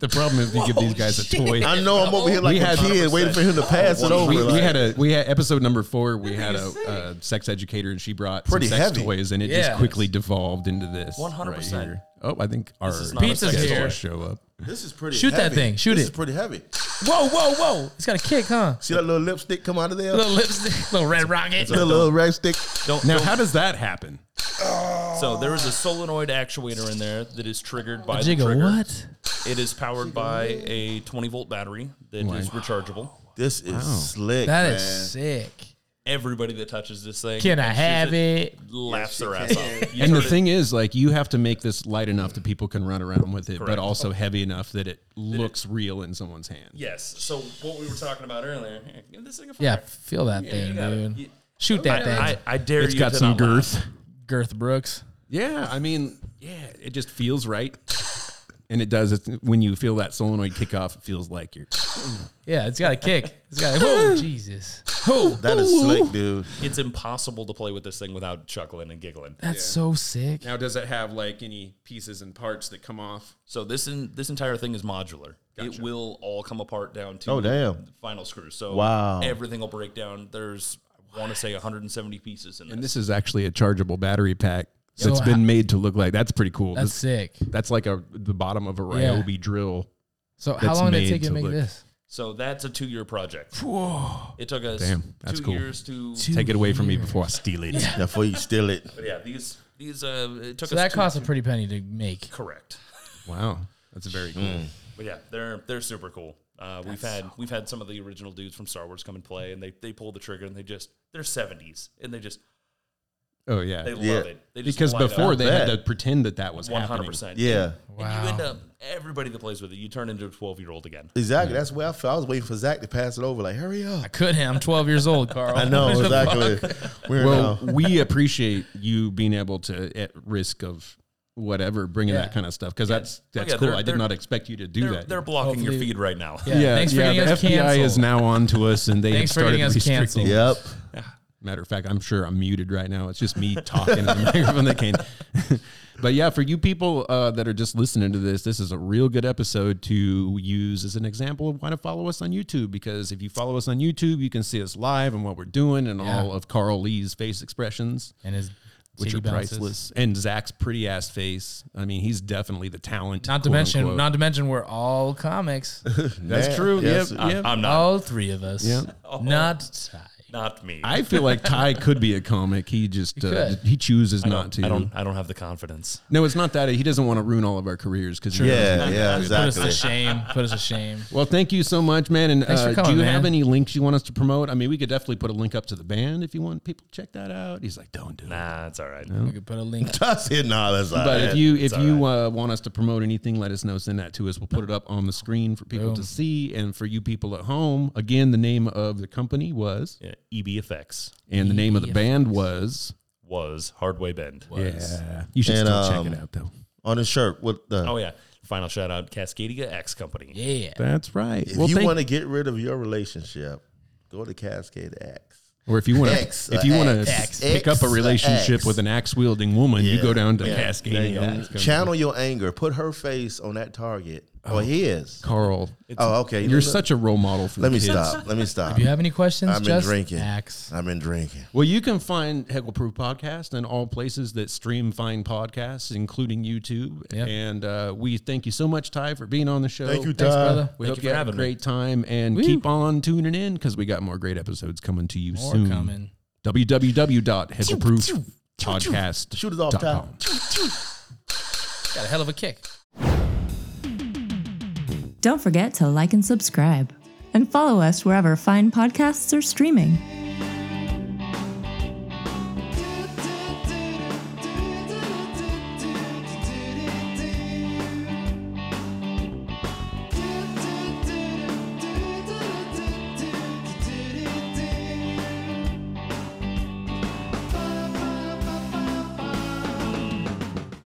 Speaker 3: the problem is if you give these guys a toy.
Speaker 2: I know I'm over here like
Speaker 3: Oh, We
Speaker 2: a
Speaker 3: had-
Speaker 2: kid waiting for him to pass it over.
Speaker 3: We, we
Speaker 2: like-
Speaker 3: had a we had episode number four. We had a, uh sex educator, and she brought
Speaker 2: Pretty
Speaker 3: some sex
Speaker 2: heavy.
Speaker 3: toys, and it
Speaker 1: Yeah.
Speaker 3: just quickly devolved into this. right
Speaker 5: 100%.
Speaker 3: here. Oh, I think our
Speaker 5: is not a
Speaker 1: Pizza's
Speaker 3: guests
Speaker 1: here.
Speaker 3: will show up.
Speaker 2: this is pretty.
Speaker 1: Shoot that
Speaker 2: heavy.
Speaker 1: thing. Shoot
Speaker 2: this
Speaker 1: it.
Speaker 2: is pretty heavy.
Speaker 1: Whoa, whoa, whoa. It's got a kick, huh?
Speaker 2: See that little lipstick come out of there?
Speaker 1: Little lipstick, little red rocket.
Speaker 2: The little red stick.
Speaker 5: don't
Speaker 3: Now,
Speaker 5: don't-
Speaker 3: how does that happen?
Speaker 5: So there is a solenoid actuator in there that is triggered by the
Speaker 1: Jigga,
Speaker 5: trigger.
Speaker 1: what?
Speaker 5: It is powered by a 20 volt battery that is rechargeable.
Speaker 2: This is slick.
Speaker 1: That
Speaker 2: man.
Speaker 1: is sick.
Speaker 5: Everybody that touches this thing
Speaker 1: Can
Speaker 5: and
Speaker 1: I
Speaker 5: touches
Speaker 1: have it?
Speaker 5: Laughs their ass off. You
Speaker 3: and the
Speaker 5: turn it-
Speaker 3: thing is, like, you have to make this light enough that people can run around with it, but also heavy enough that it looks real in someone's hand.
Speaker 5: yes. So what we were talking about earlier, here, give this thing a
Speaker 1: Yeah,
Speaker 5: fire.
Speaker 1: feel that thing,
Speaker 5: got it.
Speaker 1: dude.
Speaker 5: You-
Speaker 1: Shoot that thing.
Speaker 5: I, I, I dare
Speaker 3: It's
Speaker 5: you.
Speaker 3: got
Speaker 5: to
Speaker 3: some
Speaker 5: not laugh.
Speaker 3: girth.
Speaker 1: Girth Brooks.
Speaker 3: Yeah, I mean, yeah, it just feels right. And it does. It's, when you feel that solenoid kick off, it feels like you're.
Speaker 1: Yeah, it's got a kick. It's got. oh Jesus. Oh,
Speaker 2: That is slick, dude.
Speaker 5: It's impossible to play with this thing without chuckling and giggling.
Speaker 1: that's so sick.
Speaker 3: Now, does it have like any pieces and parts that come off?
Speaker 5: So this in, this entire thing is modular. It will all come apart down to
Speaker 2: Oh, damn.
Speaker 5: the final screw. So
Speaker 2: Wow.
Speaker 5: everything will break down. There's I want to say 170 pieces in
Speaker 3: And
Speaker 5: this.
Speaker 3: this is actually a chargeable battery pack
Speaker 1: So
Speaker 3: that's
Speaker 1: ho-
Speaker 3: been made to look like that's pretty cool.
Speaker 1: That's
Speaker 3: This-
Speaker 1: sick.
Speaker 3: that's like a the bottom of a Ryobi drill.
Speaker 1: So how
Speaker 3: That's
Speaker 1: long did it
Speaker 3: made
Speaker 1: take you to
Speaker 3: to
Speaker 1: make
Speaker 3: look-
Speaker 1: this?
Speaker 5: So that's a two-year project. It took us
Speaker 3: Damn, that's
Speaker 5: two
Speaker 3: cool.
Speaker 5: years to.
Speaker 3: Take it away from me before I steal it.
Speaker 2: Now, before you steal it,
Speaker 5: But yeah, these these uh, it took
Speaker 1: So
Speaker 5: us.
Speaker 1: that
Speaker 5: two-
Speaker 1: cost a pretty penny to make.
Speaker 5: correct.
Speaker 3: Wow, that's very
Speaker 5: Hmm.
Speaker 3: cool.
Speaker 5: But yeah, they're they're super cool. Uh, we've had we've had some of the original dudes from Star Wars come and play, and they they pull the trigger and they just they're 70s and they just
Speaker 3: Oh yeah,
Speaker 5: they
Speaker 2: Yeah.
Speaker 5: love it. They just
Speaker 3: because
Speaker 5: light up.
Speaker 3: before they had
Speaker 2: bet.
Speaker 3: to pretend that that was 100%.
Speaker 5: 100%.
Speaker 2: yeah,
Speaker 5: And you end
Speaker 1: Wow.
Speaker 5: up everybody that plays with it, you turn into a 12 year old again.
Speaker 2: exactly. That's where I felt. I was waiting for Zach to pass it over. Like, hurry up.
Speaker 1: I couldn't. I'm 12 years old, Carl.
Speaker 2: I know exactly. We're
Speaker 3: Well,
Speaker 2: now.
Speaker 3: we appreciate you being able to, at risk of whatever, bringing that
Speaker 1: Yeah.
Speaker 3: kind of stuff because that's that's
Speaker 5: yeah,
Speaker 3: cool.
Speaker 5: they're-
Speaker 3: I
Speaker 5: they're-
Speaker 3: did not expect you to do
Speaker 5: They're,
Speaker 3: that.
Speaker 5: they're blocking your
Speaker 1: Hopefully-
Speaker 5: feed right now.
Speaker 1: Yeah. thanks for getting
Speaker 3: the
Speaker 1: us
Speaker 3: FBI
Speaker 1: canceled.
Speaker 3: is now on to us, and they have
Speaker 1: Thanks for
Speaker 3: started
Speaker 1: getting us
Speaker 3: restricting.
Speaker 1: canceled.
Speaker 2: Yep.
Speaker 3: Matter of fact, I'm sure I'm muted right now. It's just me talking in the microphone that came. But yeah, for you people uh, that are just listening to this, this is a real good episode to use as an example of why to follow us on YouTube. Because if you follow us on YouTube, you can see us live and what we're doing and all of Carl Lee's face expressions,
Speaker 1: and his
Speaker 3: which
Speaker 1: CD
Speaker 3: are
Speaker 1: bounces.
Speaker 3: priceless, and Zach's pretty ass face. I mean, he's definitely the talent.
Speaker 1: Not to
Speaker 3: quote,
Speaker 1: mention,
Speaker 3: unquote.
Speaker 1: not to mention, we're all comics.
Speaker 3: that's true.
Speaker 2: Yes,
Speaker 3: yep,
Speaker 2: I-
Speaker 3: yep.
Speaker 5: I'm not.
Speaker 1: all three of us.
Speaker 3: Yeah.
Speaker 1: Not Ty.
Speaker 5: Not me.
Speaker 3: I feel like Ty could be a comic. He just uh,
Speaker 1: could.
Speaker 3: he chooses
Speaker 5: I don't-
Speaker 3: not to.
Speaker 5: I don't. I don't have the confidence.
Speaker 3: No, it's not that he doesn't want to ruin all of our careers because
Speaker 2: Yeah, yeah,
Speaker 1: Put us to
Speaker 2: exactly.
Speaker 1: shame. Put us to shame.
Speaker 3: Well, thank you so much, man. And
Speaker 1: Thanks for
Speaker 3: uh,
Speaker 1: coming,
Speaker 3: do you
Speaker 1: man.
Speaker 3: have any links you want us to promote? I mean, we could definitely put a link up to the band if you want people to check that out. He's like, don't do it.
Speaker 5: Nah, it's all right.
Speaker 1: We could put a link.
Speaker 2: That's it. Nah, that's all
Speaker 3: But
Speaker 2: right.
Speaker 3: if you if you uh, want us to promote anything, let us know. Send that to us. We'll put it up on the screen for people to see and for you people at home. Again, the name of the company was
Speaker 5: Yeah, E EBFX
Speaker 3: and the name of the band was.
Speaker 5: was Hardway Bend.
Speaker 3: Yeah, you should
Speaker 2: And,
Speaker 3: still check
Speaker 2: um,
Speaker 3: it out though.
Speaker 2: on his shirt, what the?
Speaker 5: Oh yeah. Final shout out Cascadia X Company.
Speaker 1: Yeah.
Speaker 3: That's right.
Speaker 2: If
Speaker 3: well,
Speaker 2: you
Speaker 3: thank-
Speaker 2: want to get rid of your relationship, go to Cascade X.
Speaker 3: or if you want
Speaker 2: X,
Speaker 3: to, if you
Speaker 2: uh,
Speaker 3: want
Speaker 2: X,
Speaker 3: to
Speaker 2: X,
Speaker 3: pick up a
Speaker 2: X.
Speaker 3: relationship with an axe wielding woman, you
Speaker 2: Yeah.
Speaker 3: go down to
Speaker 2: Yeah.
Speaker 3: Cascadia.
Speaker 2: There you go.
Speaker 3: Axe Company.
Speaker 2: Channel your anger. Put her face on that target
Speaker 1: Oh,
Speaker 2: or his.
Speaker 3: Carl,
Speaker 2: Oh, okay.
Speaker 3: You're
Speaker 2: Let-
Speaker 3: such a role model for
Speaker 2: Let
Speaker 3: the
Speaker 2: me
Speaker 3: kids.
Speaker 2: stop. Let me stop.
Speaker 1: Do you have any questions?
Speaker 2: I've been
Speaker 1: Just
Speaker 2: drinking.
Speaker 1: axe.
Speaker 2: I've been drinking.
Speaker 3: Well, you can find Heckle Proof Podcast in all places that stream fine podcasts, including YouTube.
Speaker 1: Yeah.
Speaker 3: And uh, we thank you so much, Ty, for being on the show.
Speaker 2: Thank you,
Speaker 1: Thanks,
Speaker 2: Ty.
Speaker 1: brother.
Speaker 3: We
Speaker 5: Thank
Speaker 3: hope
Speaker 5: you
Speaker 3: you
Speaker 5: for
Speaker 3: have a
Speaker 5: having me.
Speaker 3: great time and keep on tuning in because we got more great episodes coming to you
Speaker 1: More
Speaker 3: soon.
Speaker 1: coming.
Speaker 3: www.heckleproofpodcast.com.
Speaker 2: Shoot it off, Ty.
Speaker 1: Got a hell of a kick.
Speaker 4: Don't forget to like and subscribe, and follow us wherever fine podcasts are streaming.